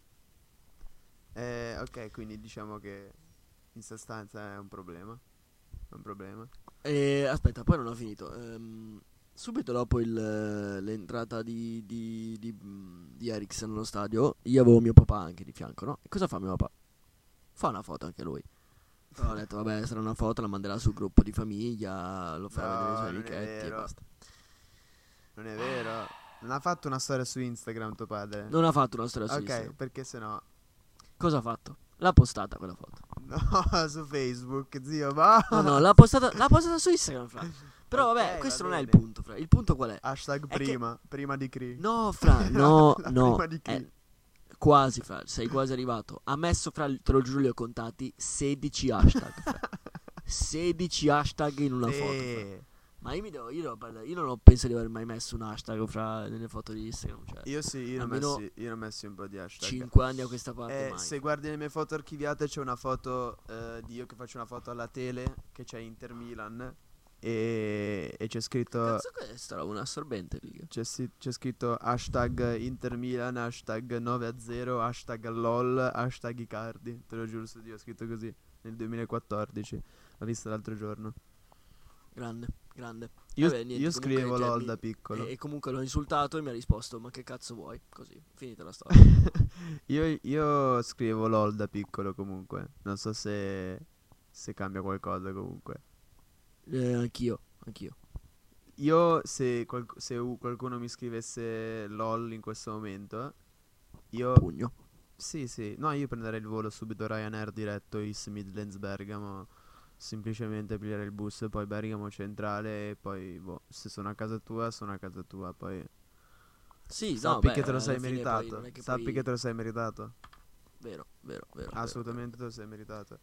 [SPEAKER 4] Eh, ok, quindi diciamo che in sostanza è un problema. È un problema.
[SPEAKER 3] E aspetta, poi non ho finito. Ehm, subito dopo il, eh, l'entrata di, di, di, di Eriksen allo stadio, io avevo mio papà anche di fianco, no? E cosa fa mio papà? Fa una foto anche lui. Però ho detto, vabbè, sarà una foto, la manderà sul gruppo di famiglia, lo farà
[SPEAKER 4] No,
[SPEAKER 3] vedere ai suoi
[SPEAKER 4] non è
[SPEAKER 3] amichetti e
[SPEAKER 4] vero.
[SPEAKER 3] basta.
[SPEAKER 4] Non è vero. Non ha fatto una storia su Instagram tuo padre.
[SPEAKER 3] Ah. Non ha fatto una storia su
[SPEAKER 4] Eh. ok,
[SPEAKER 3] Instagram.
[SPEAKER 4] perché sennò
[SPEAKER 3] Cosa ha fatto? L'ha postata quella foto.
[SPEAKER 4] [laughs] No, su Facebook, zio, ma
[SPEAKER 3] No, no, l'ha postata, l'ha postata su
[SPEAKER 4] [laughs]
[SPEAKER 3] Instagram, fra. Però
[SPEAKER 4] Ok,
[SPEAKER 3] vabbè,
[SPEAKER 4] va
[SPEAKER 3] questo non è il
[SPEAKER 4] bene.
[SPEAKER 3] punto, fra. Il punto qual è?
[SPEAKER 4] [laughs] Hashtag
[SPEAKER 3] che-
[SPEAKER 4] prima, prima di Cree.
[SPEAKER 3] No,
[SPEAKER 4] [laughs]
[SPEAKER 3] fra, no,
[SPEAKER 4] La
[SPEAKER 3] no.
[SPEAKER 4] prima di chi?
[SPEAKER 3] eh, quasi, fra, sei quasi arrivato. Ha messo, fra, te lo giuro, li ho contati 16 hashtag.
[SPEAKER 4] [laughs]
[SPEAKER 3] fra. 16 hashtag in una foto. cioè, fra.
[SPEAKER 4] Eh,
[SPEAKER 3] Ma io, mi devo, io, devo parlare- io non ho- penso di aver mai messo un hashtag fra nelle foto di Instagram. Cioè,
[SPEAKER 4] io sì, io ne ho
[SPEAKER 3] Almeno
[SPEAKER 4] messi, io ne ho messi un po' di hashtag.
[SPEAKER 3] 5 anni a questa parte.
[SPEAKER 4] Eh,
[SPEAKER 3] mai.
[SPEAKER 4] se guardi le mie foto archiviate c'è una foto eh, di io che faccio una foto alla tele che c'è Inter Milan e, e c'è scritto
[SPEAKER 3] Cazzo, questa roba, un assorbente, figa.
[SPEAKER 4] C'è, si- c'è scritto hashtag Inter Milan, hashtag 9 a 0, hashtag LOL, hashtag Icardi. Te lo giuro su Dio, ho scritto così nel 2014. L'ho vista l'altro giorno.
[SPEAKER 3] Grande, grande.
[SPEAKER 4] Io,
[SPEAKER 3] Vabbè, niente,
[SPEAKER 4] io
[SPEAKER 3] comunque,
[SPEAKER 4] scrivevo
[SPEAKER 3] cioè,
[SPEAKER 4] LOL
[SPEAKER 3] mi-
[SPEAKER 4] da piccolo.
[SPEAKER 3] E, e comunque l'ho insultato e mi ha risposto, ma che cazzo vuoi? Così, finita la storia.
[SPEAKER 4] [laughs] Io, io scrivevo LOL da piccolo comunque. Non so se, se cambia qualcosa comunque.
[SPEAKER 3] Eh, anch'io, anch'io.
[SPEAKER 4] Io se, qualc- se u- qualcuno mi scrivesse LOL in questo momento, io
[SPEAKER 3] Pugno.
[SPEAKER 4] Sì, sì, no, io prenderei il volo subito Ryanair diretto East Midlands Bergamo, semplicemente pigliare il bus, poi Bergamo centrale e poi boh, se sono a casa tua, sono a casa tua, poi
[SPEAKER 3] Sì, no,
[SPEAKER 4] sappi
[SPEAKER 3] beh,
[SPEAKER 4] che te lo
[SPEAKER 3] alla
[SPEAKER 4] sei
[SPEAKER 3] fine poi non
[SPEAKER 4] meritato,
[SPEAKER 3] è che
[SPEAKER 4] sappi
[SPEAKER 3] poi-
[SPEAKER 4] che te lo sei meritato,
[SPEAKER 3] Vero, vero, vero. vero.
[SPEAKER 4] assolutamente te lo sei meritato.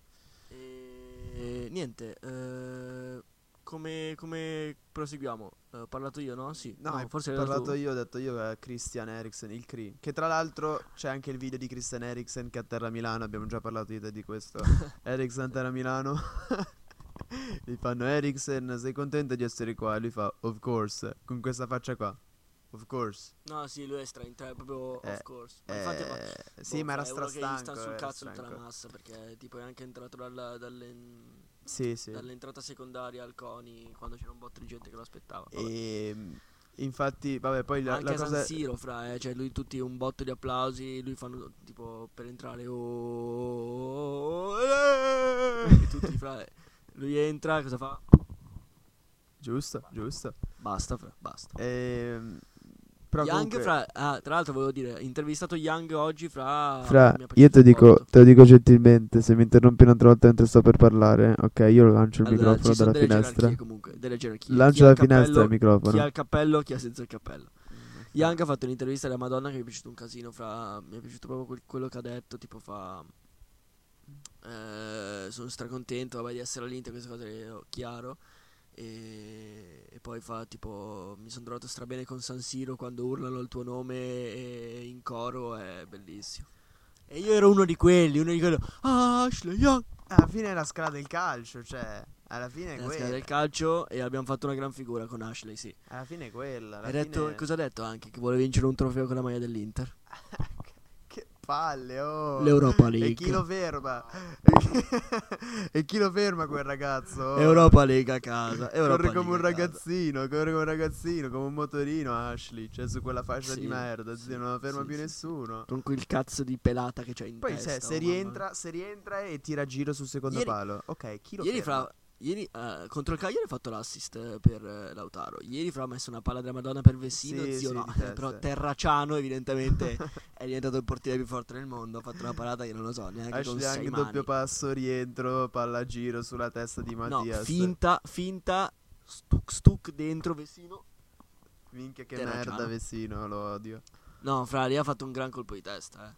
[SPEAKER 3] E niente, eh, come, come proseguiamo? Eh, Ho parlato io, no? Sì,
[SPEAKER 4] No, hai
[SPEAKER 3] forse
[SPEAKER 4] ho
[SPEAKER 3] hai
[SPEAKER 4] parlato
[SPEAKER 3] tu.
[SPEAKER 4] io, ho detto io eh, Christian Eriksen, il Cree. Che tra l'altro c'è anche il video di Christian Eriksen che atterra a Milano, abbiamo già parlato io te di
[SPEAKER 3] [laughs]
[SPEAKER 4] questo. Eriksen atterra a Milano. [laughs] Gli fanno Eriksen, sei contento di essere qua? E lui fa, of course, con questa faccia qua. Of course.
[SPEAKER 3] No, sì, lui è strano, è proprio
[SPEAKER 4] Eh,
[SPEAKER 3] of course. Ma infatti, ma-
[SPEAKER 4] Eh,
[SPEAKER 3] boh,
[SPEAKER 4] sì, ma era
[SPEAKER 3] è uno che gli sta
[SPEAKER 4] strastanco.
[SPEAKER 3] sul
[SPEAKER 4] era
[SPEAKER 3] cazzo tutta la
[SPEAKER 4] stanco.
[SPEAKER 3] massa perché tipo è anche entrato dalla- dalle-
[SPEAKER 4] Sì, sì.
[SPEAKER 3] dall'entrata secondaria al Coni quando c'era un botto di gente che lo aspettava. Vabbè.
[SPEAKER 4] E Ehm, infatti, vabbè, poi la,
[SPEAKER 3] anche
[SPEAKER 4] la
[SPEAKER 3] a
[SPEAKER 4] cosa...
[SPEAKER 3] San Siro, fra, eh, cioè lui tutti un botto di applausi, lui fanno tipo per entrare oh, e tutti fra. eh. Lui entra, cosa fa?
[SPEAKER 4] Giusto, giusto.
[SPEAKER 3] Basta, fra, basta.
[SPEAKER 4] Ehm, però
[SPEAKER 3] Young
[SPEAKER 4] comunque-
[SPEAKER 3] fra, ah, tra l'altro volevo dire, intervistato Young oggi fra...
[SPEAKER 4] Fra,
[SPEAKER 3] Ah, mi ha preso
[SPEAKER 4] io te
[SPEAKER 3] sul
[SPEAKER 4] dico,
[SPEAKER 3] porto.
[SPEAKER 4] te lo dico gentilmente, se mi interrompi un'altra volta mentre sto per parlare, ok, io lancio il
[SPEAKER 3] Allora,
[SPEAKER 4] microfono
[SPEAKER 3] ci sono
[SPEAKER 4] dalla
[SPEAKER 3] delle
[SPEAKER 4] finestra.
[SPEAKER 3] gerarchie comunque, delle gerarchie. Chi
[SPEAKER 4] Lancio dalla
[SPEAKER 3] ha il cappello-
[SPEAKER 4] finestra il microfono. Mm,
[SPEAKER 3] Chi ha il cappello, chi ha senza il cappello. Young ha fatto un'intervista alla Madonna che mi è piaciuto un casino. Fra... Mi è piaciuto proprio quel- quello che ha detto. Tipo, fa. eh, sono stracontento vabbè, di essere all'Inter, queste cose le ho chiaro. E, e poi fa tipo: Mi sono trovato strabene con San Siro quando urlano il tuo nome e- in coro. È bellissimo. E io ero uno di quelli, uno di quelli. Ah, Ashley Young!
[SPEAKER 4] Alla fine è la scala del calcio, cioè, alla fine è
[SPEAKER 3] Nella scheda
[SPEAKER 4] quella.
[SPEAKER 3] del calcio e abbiamo fatto una gran figura con Ashley, sì.
[SPEAKER 4] Alla fine è quella. alla
[SPEAKER 3] Hai detto,
[SPEAKER 4] fine-
[SPEAKER 3] cosa ha detto anche? Che vuole vincere un trofeo con la maglia dell'Inter.
[SPEAKER 4] Che palle, oh.
[SPEAKER 3] L'Europa
[SPEAKER 4] E
[SPEAKER 3] League.
[SPEAKER 4] chi lo
[SPEAKER 3] [laughs]
[SPEAKER 4] ferma? E chi- e chi lo ferma quel ragazzo? oh?
[SPEAKER 3] [laughs] Europa League a casa. Europa
[SPEAKER 4] corre come un
[SPEAKER 3] League a casa.
[SPEAKER 4] ragazzino, corre come un ragazzino, come un motorino Ashley, cioè su quella fascia
[SPEAKER 3] Sì,
[SPEAKER 4] di merda,
[SPEAKER 3] sì,
[SPEAKER 4] zio, non la ferma
[SPEAKER 3] sì,
[SPEAKER 4] più
[SPEAKER 3] sì,
[SPEAKER 4] nessuno.
[SPEAKER 3] Con quel cazzo di pelata che c'è in
[SPEAKER 4] Poi
[SPEAKER 3] testa.
[SPEAKER 4] cioè, se,
[SPEAKER 3] oh, mamma
[SPEAKER 4] rientra, se rientra e tira a giro sul secondo
[SPEAKER 3] Ieri-
[SPEAKER 4] palo. Ok, chi lo
[SPEAKER 3] mia. Ieri,
[SPEAKER 4] ferma?
[SPEAKER 3] fra, ieri eh, contro il Cagliari ha fatto l'assist eh, per eh, Lautaro. Ieri, fra, ha messo una palla della Madonna per Vessino.
[SPEAKER 4] Sì,
[SPEAKER 3] zio,
[SPEAKER 4] sì,
[SPEAKER 3] no.
[SPEAKER 4] di
[SPEAKER 3] eh,
[SPEAKER 4] testa.
[SPEAKER 3] Però
[SPEAKER 4] [laughs]
[SPEAKER 3] Terraciano, evidentemente, è diventato il portiere più forte del mondo. Ha fatto una parata che non lo so neanche con
[SPEAKER 4] Ashley
[SPEAKER 3] sei
[SPEAKER 4] anche
[SPEAKER 3] mani.
[SPEAKER 4] doppio passo, rientro, palla a giro sulla testa di
[SPEAKER 3] no,
[SPEAKER 4] Mattias.
[SPEAKER 3] finta, finta. Stuc, stuc dentro Vessino.
[SPEAKER 4] Minchia che
[SPEAKER 3] Terraciano.
[SPEAKER 4] merda Vessino, lo odio.
[SPEAKER 3] No, fra, lì ha fatto un gran colpo di testa, eh.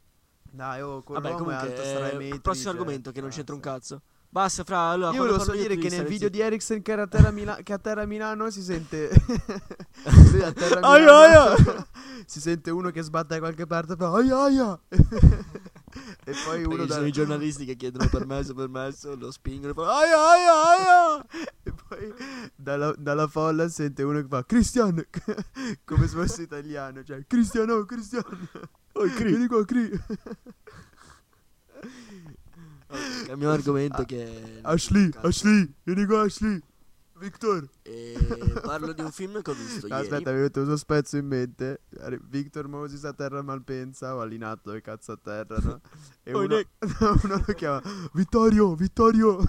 [SPEAKER 4] Dai, oh, quell'uomo
[SPEAKER 3] Vabbè,
[SPEAKER 4] è
[SPEAKER 3] comunque,
[SPEAKER 4] alto stra
[SPEAKER 3] eh,
[SPEAKER 4] metri,
[SPEAKER 3] prossimo
[SPEAKER 4] cioè,
[SPEAKER 3] argomento che non
[SPEAKER 4] basta.
[SPEAKER 3] c'entra un cazzo. Basta, fra. Allora,
[SPEAKER 4] Io
[SPEAKER 3] quando
[SPEAKER 4] volevo
[SPEAKER 3] parlo
[SPEAKER 4] solo dire
[SPEAKER 3] tu
[SPEAKER 4] che
[SPEAKER 3] devi
[SPEAKER 4] nel video
[SPEAKER 3] stare
[SPEAKER 4] di Eriksen che era a terra, a Mila- che a terra a Milano si
[SPEAKER 3] [laughs]
[SPEAKER 4] sente... Lui a terra a
[SPEAKER 3] Aia,
[SPEAKER 4] Milano si sente uno che sbatte da qualche parte e fa aia aia.
[SPEAKER 3] [laughs]
[SPEAKER 4] e poi
[SPEAKER 3] zitto.
[SPEAKER 4] uno
[SPEAKER 3] Perché ci
[SPEAKER 4] da...
[SPEAKER 3] sono i giornalisti che chiedono permesso, permesso, lo spingono e poi aia, aia, aia.
[SPEAKER 4] E poi dalla, dalla folla sente uno che fa Cristiano [laughs] come se fosse italiano, cioè Cristiano, Cristiano. Oh,
[SPEAKER 3] Cri.
[SPEAKER 4] Vieni qua, Cri.
[SPEAKER 3] Ok,
[SPEAKER 4] [laughs]
[SPEAKER 3] Cambiamo argomento che...
[SPEAKER 4] Ashley,
[SPEAKER 3] cazzo.
[SPEAKER 4] Ashley, vieni qua Ashley. Victor.
[SPEAKER 3] E Eh, parlo di un film che ho visto
[SPEAKER 4] No,
[SPEAKER 3] ieri.
[SPEAKER 4] aspetta, mi è venuto uno spezzo in mente. Ari- Victor Moses a terra a Malpensa, o all'inato e cazzo a terra, no?
[SPEAKER 3] [laughs]
[SPEAKER 4] E
[SPEAKER 3] Oh,
[SPEAKER 4] uno, [laughs]
[SPEAKER 3] Nick.
[SPEAKER 4] uno lo chiama Vittorio,
[SPEAKER 3] [laughs]
[SPEAKER 4] Vittorio.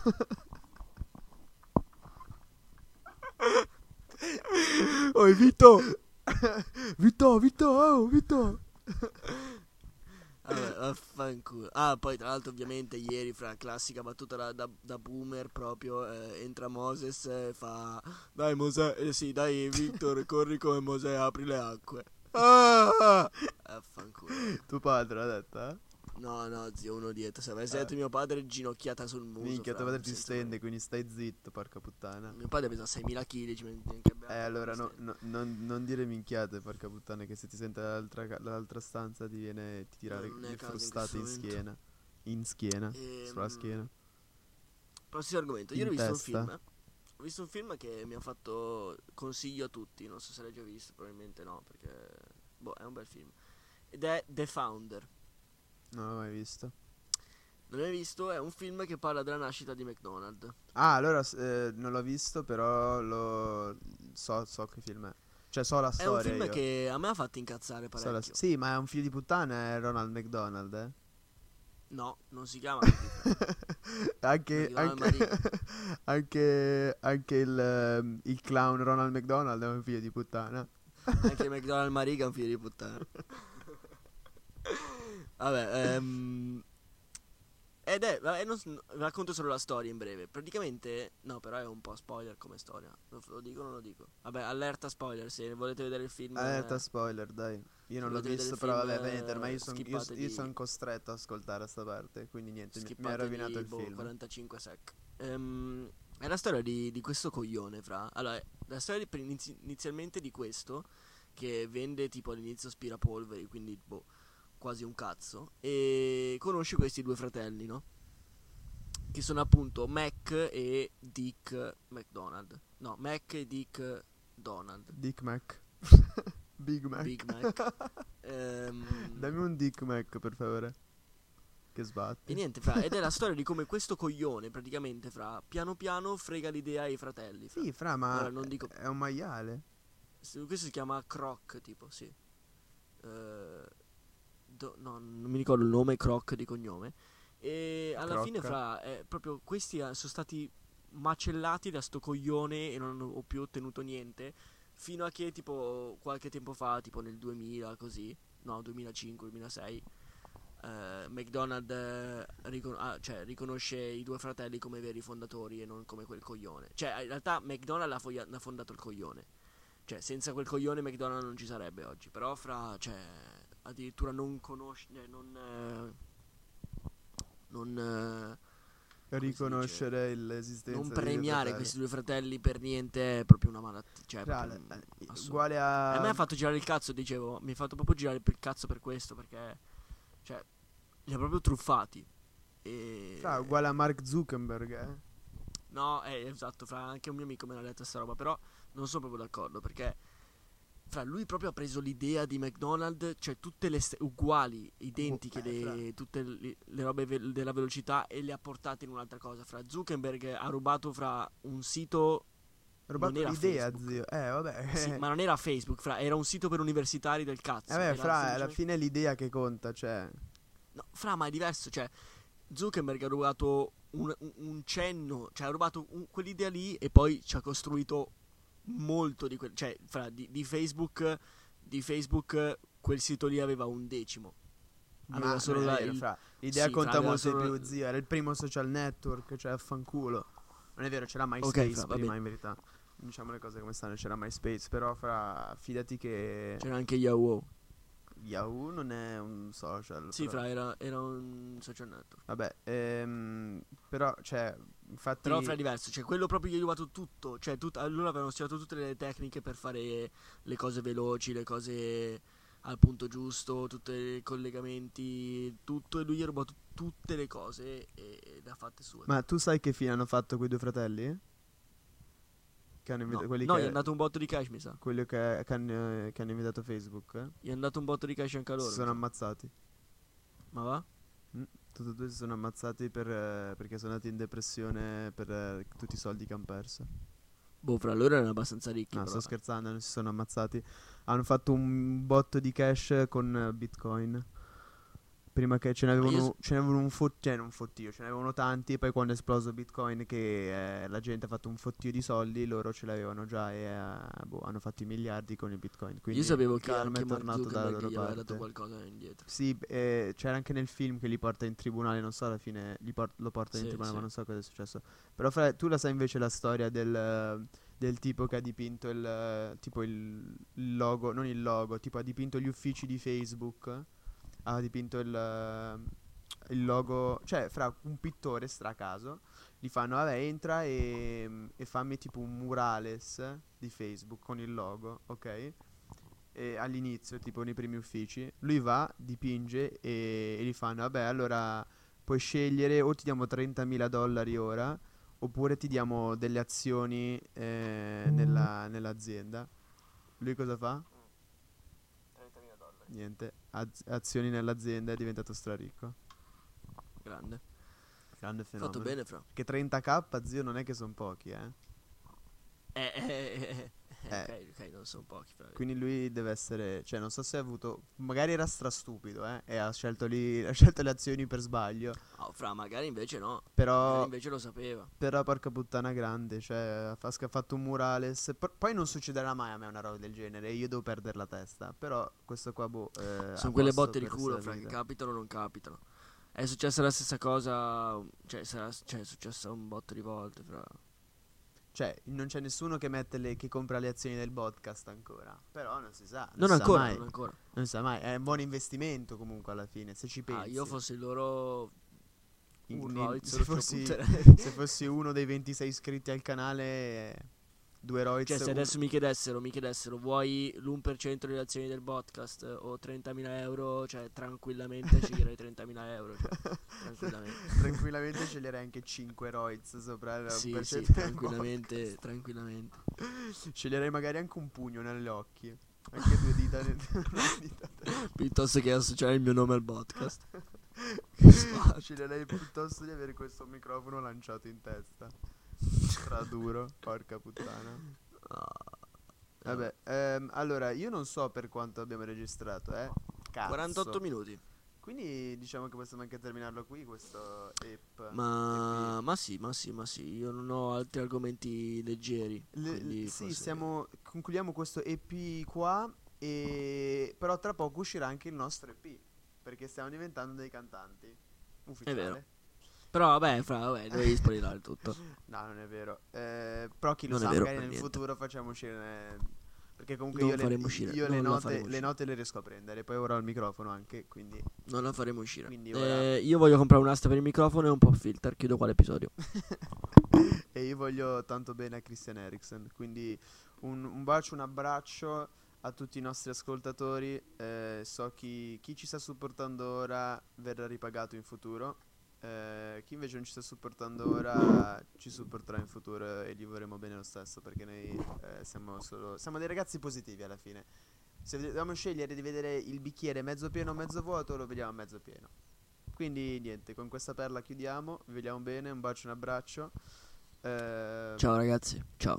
[SPEAKER 3] Oh,
[SPEAKER 4] [laughs]
[SPEAKER 3] Vito!
[SPEAKER 4] Vitto, Vitto, oh, Vitto.
[SPEAKER 3] Vabbè, vaffanculo. Ah, poi tra l'altro ovviamente ieri fra classica battuta da, da- da boomer proprio eh, entra Moses e fa Dai Mosè, eh, sì, dai
[SPEAKER 4] [laughs]
[SPEAKER 3] Victor, corri come Mosè, apri le acque. Ah! Vaffanculo.
[SPEAKER 4] Tuo padre l'ha detta? eh?
[SPEAKER 3] No, no, zio, uno dietro. Se avessi detto mio padre ginocchiata sul muro.
[SPEAKER 4] Ah. Minchia, tuo padre ti stende, quindi stai zitto, porca puttana.
[SPEAKER 3] Mio padre pesa 6.000 kg, ci metti anche
[SPEAKER 4] Eh, allora no- no- non, non dire minchiate, porca puttana, che se ti sente dall'altra, ca- dall'altra stanza ti viene ti tira
[SPEAKER 3] No,
[SPEAKER 4] le
[SPEAKER 3] non è
[SPEAKER 4] le
[SPEAKER 3] caso in
[SPEAKER 4] frustate in
[SPEAKER 3] questo momento.
[SPEAKER 4] schiena. In schiena, sulla
[SPEAKER 3] Ehm,
[SPEAKER 4] schiena.
[SPEAKER 3] Prossimo argomento. Ieri ho
[SPEAKER 4] In
[SPEAKER 3] visto
[SPEAKER 4] testa.
[SPEAKER 3] un film. Ho visto un film che mi ha fatto consiglio a tutti. Non so se l'hai già visto, probabilmente no, perché boh, è un bel film. Ed è The Founder.
[SPEAKER 4] Non l'ho mai visto.
[SPEAKER 3] Non l'hai visto? È un film che parla della nascita di McDonald's.
[SPEAKER 4] Ah, allora s- eh, non l'ho visto, però lo so, so che film è. Cioè, so la
[SPEAKER 3] È un
[SPEAKER 4] storia.
[SPEAKER 3] film
[SPEAKER 4] io.
[SPEAKER 3] che a me ha fatto incazzare
[SPEAKER 4] So la s-
[SPEAKER 3] parecchio.
[SPEAKER 4] Sì, ma è un figlio di puttana, è Ronald McDonald.
[SPEAKER 3] [laughs]
[SPEAKER 4] Eh?
[SPEAKER 3] No, non si chiama. così.
[SPEAKER 4] anche,
[SPEAKER 3] Ronald
[SPEAKER 4] anche, [laughs] anche, anche il, ehm, il clown Ronald McDonald è un figlio di puttana.
[SPEAKER 3] Anche McDonald Mariga è un figlio di puttana. Vabbè, ehm, Ed è, vabbè, non s- racconto solo la storia in breve. Praticamente, no, però è un po' spoiler come storia. Lo, lo dico o non lo dico? Vabbè, allerta spoiler. Se volete vedere il film,
[SPEAKER 4] Alerta
[SPEAKER 3] eh,
[SPEAKER 4] spoiler, dai. Io non l'ho
[SPEAKER 3] Volete vedere
[SPEAKER 4] visto,
[SPEAKER 3] il
[SPEAKER 4] però
[SPEAKER 3] film,
[SPEAKER 4] vabbè,
[SPEAKER 3] eh,
[SPEAKER 4] Veneter, ma io sono
[SPEAKER 3] skippategli-
[SPEAKER 4] costretto a ascoltare sta parte, quindi niente, mi, mi ha
[SPEAKER 3] Skippategli,
[SPEAKER 4] rovinato il
[SPEAKER 3] boh,
[SPEAKER 4] film.
[SPEAKER 3] 45 sec. Ehm, è la storia di, di questo coglione, fra. Allora, la storia di- inizi- inizialmente di questo che vende tipo all'inizio spirapolveri, quindi boh, quasi un cazzo. E conosce questi due fratelli, no? Che sono appunto Mac e Dick McDonald. No, Mac e Dick Donald.
[SPEAKER 4] Dick Mac. [laughs] Big Mac.
[SPEAKER 3] Big Mac.
[SPEAKER 4] [laughs]
[SPEAKER 3] Ehm,
[SPEAKER 4] Dammi un Dick Mac, per favore. Che sbatti.
[SPEAKER 3] E niente, fra, ed è la storia di come questo coglione, praticamente, fra, piano piano frega l'idea ai fratelli. fra.
[SPEAKER 4] Sì, fra, ma
[SPEAKER 3] Ora, non dico-
[SPEAKER 4] è un maiale.
[SPEAKER 3] S- Questo si chiama Croc, tipo, sì. Eh, do- no, non mi ricordo il nome, Croc di cognome. E alla
[SPEAKER 4] Croc.
[SPEAKER 3] fine, fra, è proprio questi ah, sono stati macellati da sto coglione e non ho più ottenuto niente. Fino a che, tipo, qualche tempo fa, tipo nel 2000, così, no, 2005-2006, eh, McDonald eh, ricon- ah, cioè, riconosce i due fratelli come veri fondatori e non come quel coglione. Cioè, in realtà McDonald ha, foglia- ha fondato il coglione. Cioè, senza quel coglione McDonald non ci sarebbe oggi. Però fra, cioè, addirittura non conosce, eh, non... eh, non, eh, si
[SPEAKER 4] Riconoscere l'esistenza
[SPEAKER 3] non
[SPEAKER 4] dei due
[SPEAKER 3] premiare
[SPEAKER 4] fratelli.
[SPEAKER 3] questi due fratelli per niente è proprio una malattia. Cioè, è
[SPEAKER 4] Fra,
[SPEAKER 3] proprio un-
[SPEAKER 4] eh,
[SPEAKER 3] assurdo.
[SPEAKER 4] uguale a...
[SPEAKER 3] A me ha fatto girare il cazzo, dicevo, mi ha fatto proprio girare il cazzo per questo, perché, cioè, li ha proprio truffati. E...
[SPEAKER 4] Fra, uguale a Mark Zuckerberg, eh.
[SPEAKER 3] No, eh, esatto, fra anche un mio amico me l'ha letta sta roba, però non sono proprio d'accordo perché fra lui proprio ha preso l'idea di McDonald's, cioè tutte le st- uguali, identiche,
[SPEAKER 4] eh,
[SPEAKER 3] le-
[SPEAKER 4] fra.
[SPEAKER 3] tutte le, le robe ve- della velocità e le ha portate in un'altra cosa. Fra Zuckerberg ha rubato fra un sito,
[SPEAKER 4] Rubato
[SPEAKER 3] era
[SPEAKER 4] l'idea,
[SPEAKER 3] Facebook.
[SPEAKER 4] zio. Eh, vabbè. [laughs]
[SPEAKER 3] sì, ma non era Facebook, fra, era un sito per universitari del cazzo.
[SPEAKER 4] Eh beh,
[SPEAKER 3] era
[SPEAKER 4] fra, alla
[SPEAKER 3] semplicemente-
[SPEAKER 4] fine è l'idea che conta, cioè...
[SPEAKER 3] No, fra, ma è diverso, cioè Zuckerberg ha rubato un, un- un cenno, cioè ha rubato un- quell'idea lì e poi ci ha costruito molto di quel, cioè fra di, di Facebook, di Facebook eh, quel sito lì aveva un decimo. Aveva
[SPEAKER 4] Ma
[SPEAKER 3] solo
[SPEAKER 4] non è
[SPEAKER 3] la-
[SPEAKER 4] vero,
[SPEAKER 3] il-
[SPEAKER 4] fra. L'idea
[SPEAKER 3] sì, fra,
[SPEAKER 4] conta
[SPEAKER 3] aveva
[SPEAKER 4] molto di
[SPEAKER 3] solo-
[SPEAKER 4] più, zio. Era il primo social network, cioè affanculo. Non è vero, c'era MySpace
[SPEAKER 3] fra, va
[SPEAKER 4] prima,
[SPEAKER 3] bene.
[SPEAKER 4] in verità. Diciamo le cose come stanno, c'era MySpace, però fra fidati che
[SPEAKER 3] C'era anche Yahoo.
[SPEAKER 4] Yahoo non è un social.
[SPEAKER 3] Sì,
[SPEAKER 4] fra.
[SPEAKER 3] fra, era, era un social network.
[SPEAKER 4] Vabbè, ehm, però cioè, infatti
[SPEAKER 3] Però fra è diverso, cioè quello proprio gli ha rubato tutto, cioè tut- a loro avevano studiato tutte le tecniche per fare le cose veloci, le cose al punto giusto, tutti i collegamenti, tutto e lui gli ha rubato tutte le cose e, e le ha fatte sue.
[SPEAKER 4] Ma tu sai che fine hanno fatto quei due fratelli? Che hanno
[SPEAKER 3] no,
[SPEAKER 4] invitato quelli
[SPEAKER 3] no, gli
[SPEAKER 4] che
[SPEAKER 3] è andato un botto di cash, mi sa.
[SPEAKER 4] quello che, che hanno, eh, che hanno invitato Facebook, eh?
[SPEAKER 3] Gli è andato un botto di cash anche a loro.
[SPEAKER 4] si sono
[SPEAKER 3] mi
[SPEAKER 4] ammazzati.
[SPEAKER 3] sa. Ma va?
[SPEAKER 4] Mm, Tutti e due si sono ammazzati per, eh, perché sono andati in depressione per eh, tutti i soldi che hanno perso.
[SPEAKER 3] Boh, fra loro erano abbastanza ricchi.
[SPEAKER 4] No,
[SPEAKER 3] però.
[SPEAKER 4] sto scherzando, non si sono ammazzati. Hanno fatto un botto di cash con eh, Bitcoin. Prima che ce ne
[SPEAKER 3] io
[SPEAKER 4] avevano, ce ne avevano un, fo- cioè, non un fottio, ce ne avevano tanti. Poi quando è esploso Bitcoin, che eh, la gente ha fatto un fottio di soldi, loro ce l'avevano già e eh, boh, hanno fatto i miliardi con il Bitcoin. Quindi
[SPEAKER 3] Io sapevo
[SPEAKER 4] il
[SPEAKER 3] che
[SPEAKER 4] karma
[SPEAKER 3] anche
[SPEAKER 4] è
[SPEAKER 3] Mark
[SPEAKER 4] tornato dalla
[SPEAKER 3] Zuckerberg
[SPEAKER 4] loro
[SPEAKER 3] gli aveva
[SPEAKER 4] parte.
[SPEAKER 3] dato qualcosa indietro.
[SPEAKER 4] Sì, b- eh, c'era anche nel film che li porta in tribunale, non so alla fine li por- lo porta in
[SPEAKER 3] Sì,
[SPEAKER 4] tribunale, ma non
[SPEAKER 3] sì.
[SPEAKER 4] so cosa è successo. Però fra- tu la sai invece la storia del, eh, del tipo che ha dipinto il, eh, tipo il il logo, non il logo, tipo ha dipinto gli uffici di Facebook, eh, ha dipinto il, eh, il logo, cioè fra un pittore stracaso, gli fanno vabbè entra e, e fammi tipo un murales di Facebook con il logo, ok? e all'inizio, tipo nei primi uffici, lui va, dipinge e, e gli fanno, vabbè, allora puoi scegliere o ti diamo 30.000 dollari ora, oppure ti diamo delle azioni eh, nella- nell'azienda. Lui cosa fa? 30.000 dollari. Niente, az- azioni nell'azienda è diventato straricco.
[SPEAKER 3] Grande.
[SPEAKER 4] Grande fenomeno.
[SPEAKER 3] Fatto bene, fra.
[SPEAKER 4] Che 30k, zio, non è che sono pochi, eh.
[SPEAKER 3] Eh, eh, eh, eh,
[SPEAKER 4] Eh.
[SPEAKER 3] eh, Ok, ok, non sono pochi, fra.
[SPEAKER 4] Quindi lui deve essere, cioè non so se ha avuto, magari era strastupido, eh, e ha scelto, lì, [laughs] ha scelto le azioni per sbaglio,
[SPEAKER 3] Oh, fra, magari invece no. Magari
[SPEAKER 4] però,
[SPEAKER 3] invece lo sapeva.
[SPEAKER 4] però porca puttana grande, cioè ha fa- ha fatto un murales, P- poi non succederà mai a me una roba del genere, io devo perdere la testa, però questo qua boh... eh, ha
[SPEAKER 3] Sono quelle
[SPEAKER 4] mosso
[SPEAKER 3] botte di
[SPEAKER 4] per
[SPEAKER 3] culo,
[SPEAKER 4] sta
[SPEAKER 3] fra, che
[SPEAKER 4] vita.
[SPEAKER 3] capitano o non capitano. È successa la stessa cosa, cioè, sarà- cioè, è successa un botto di volte. Fra...
[SPEAKER 4] Cioè, non c'è nessuno che, mette le, che compra le azioni del podcast ancora. Però non si sa.
[SPEAKER 3] Non
[SPEAKER 4] si sa
[SPEAKER 3] ancora,
[SPEAKER 4] mai.
[SPEAKER 3] non ancora.
[SPEAKER 4] Non si sa mai. È un buon investimento comunque alla fine, se ci pensi.
[SPEAKER 3] Ah, io fossi loro...
[SPEAKER 4] In-
[SPEAKER 3] un
[SPEAKER 4] in-
[SPEAKER 3] Royce
[SPEAKER 4] se,
[SPEAKER 3] lo
[SPEAKER 4] fossi, [laughs]
[SPEAKER 3] punterei. Cioè,
[SPEAKER 4] se
[SPEAKER 3] [laughs]
[SPEAKER 4] fossi uno dei 26 iscritti al canale, eh, due Royce.
[SPEAKER 3] Cioè, se
[SPEAKER 4] un-
[SPEAKER 3] adesso mi chiedessero, mi chiedessero, vuoi l'1% delle azioni del podcast eh, o 30.000 euro, cioè tranquillamente sceglierei 30.000 euro.
[SPEAKER 4] [laughs]
[SPEAKER 3] Cioè, tranquillamente.
[SPEAKER 4] [laughs] tranquillamente sceglierei anche 5 Royce sopra eh, il
[SPEAKER 3] sì, sì,
[SPEAKER 4] 1% del
[SPEAKER 3] tranquillamente, tranquillamente.
[SPEAKER 4] podcast. Sceglierei magari anche un pugno negli occhi. Anche due dita. nel- [laughs] una dita
[SPEAKER 3] Piuttosto che associare il mio nome al podcast.
[SPEAKER 4] te-
[SPEAKER 3] Esatto.
[SPEAKER 4] sceglierei piuttosto di avere questo microfono lanciato in testa. Tra duro, porca puttana. Vabbè, ehm, allora io non so per quanto abbiamo registrato, eh. Cazzo.
[SPEAKER 3] 48 minuti.
[SPEAKER 4] Quindi diciamo che possiamo anche terminarlo qui questo EP.
[SPEAKER 3] Ma, ma sì, ma sì, ma sì, io non ho altri argomenti leggeri.
[SPEAKER 4] Le-
[SPEAKER 3] quindi
[SPEAKER 4] sì,
[SPEAKER 3] forse-
[SPEAKER 4] siamo- concludiamo questo EP qua e però tra poco uscirà anche il nostro EP perché stiamo diventando dei cantanti. Ufficiale.
[SPEAKER 3] vero. Però vabbè, fra,
[SPEAKER 4] [laughs]
[SPEAKER 3] vabbè, dovevi spoilerare tutto.
[SPEAKER 4] No, non è vero. Eh, però chi lo
[SPEAKER 3] Non è
[SPEAKER 4] sa,
[SPEAKER 3] vero
[SPEAKER 4] magari nel
[SPEAKER 3] per niente.
[SPEAKER 4] futuro facciamo uscire eh, perché comunque
[SPEAKER 3] Non
[SPEAKER 4] io, le,
[SPEAKER 3] faremo uscire,
[SPEAKER 4] io
[SPEAKER 3] non
[SPEAKER 4] le,
[SPEAKER 3] la
[SPEAKER 4] note,
[SPEAKER 3] faremo
[SPEAKER 4] le
[SPEAKER 3] uscire.
[SPEAKER 4] note le riesco a prendere, poi ora ho il microfono anche, quindi [laughs]
[SPEAKER 3] [laughs] Non la faremo uscire.
[SPEAKER 4] Quindi
[SPEAKER 3] Eh,
[SPEAKER 4] ora-
[SPEAKER 3] io voglio comprare un'asta per il microfono e un pop filter. Chiudo qua l'episodio.
[SPEAKER 4] E io voglio tanto bene a Christian Eriksen. Quindi un, un bacio, un abbraccio a tutti i nostri ascoltatori. eh, so chi, chi ci sta supportando ora verrà ripagato in futuro. eh, chi invece non ci sta supportando ora ci supporterà in futuro e gli vorremmo bene lo stesso perché noi eh, siamo solo siamo dei ragazzi positivi alla fine. Se dobbiamo scegliere di vedere il bicchiere mezzo pieno o mezzo vuoto, lo vediamo mezzo pieno. Quindi niente, con questa perla chiudiamo, vi vogliamo bene, un bacio, un abbraccio. Ehm,
[SPEAKER 3] Ciao ragazzi, ciao.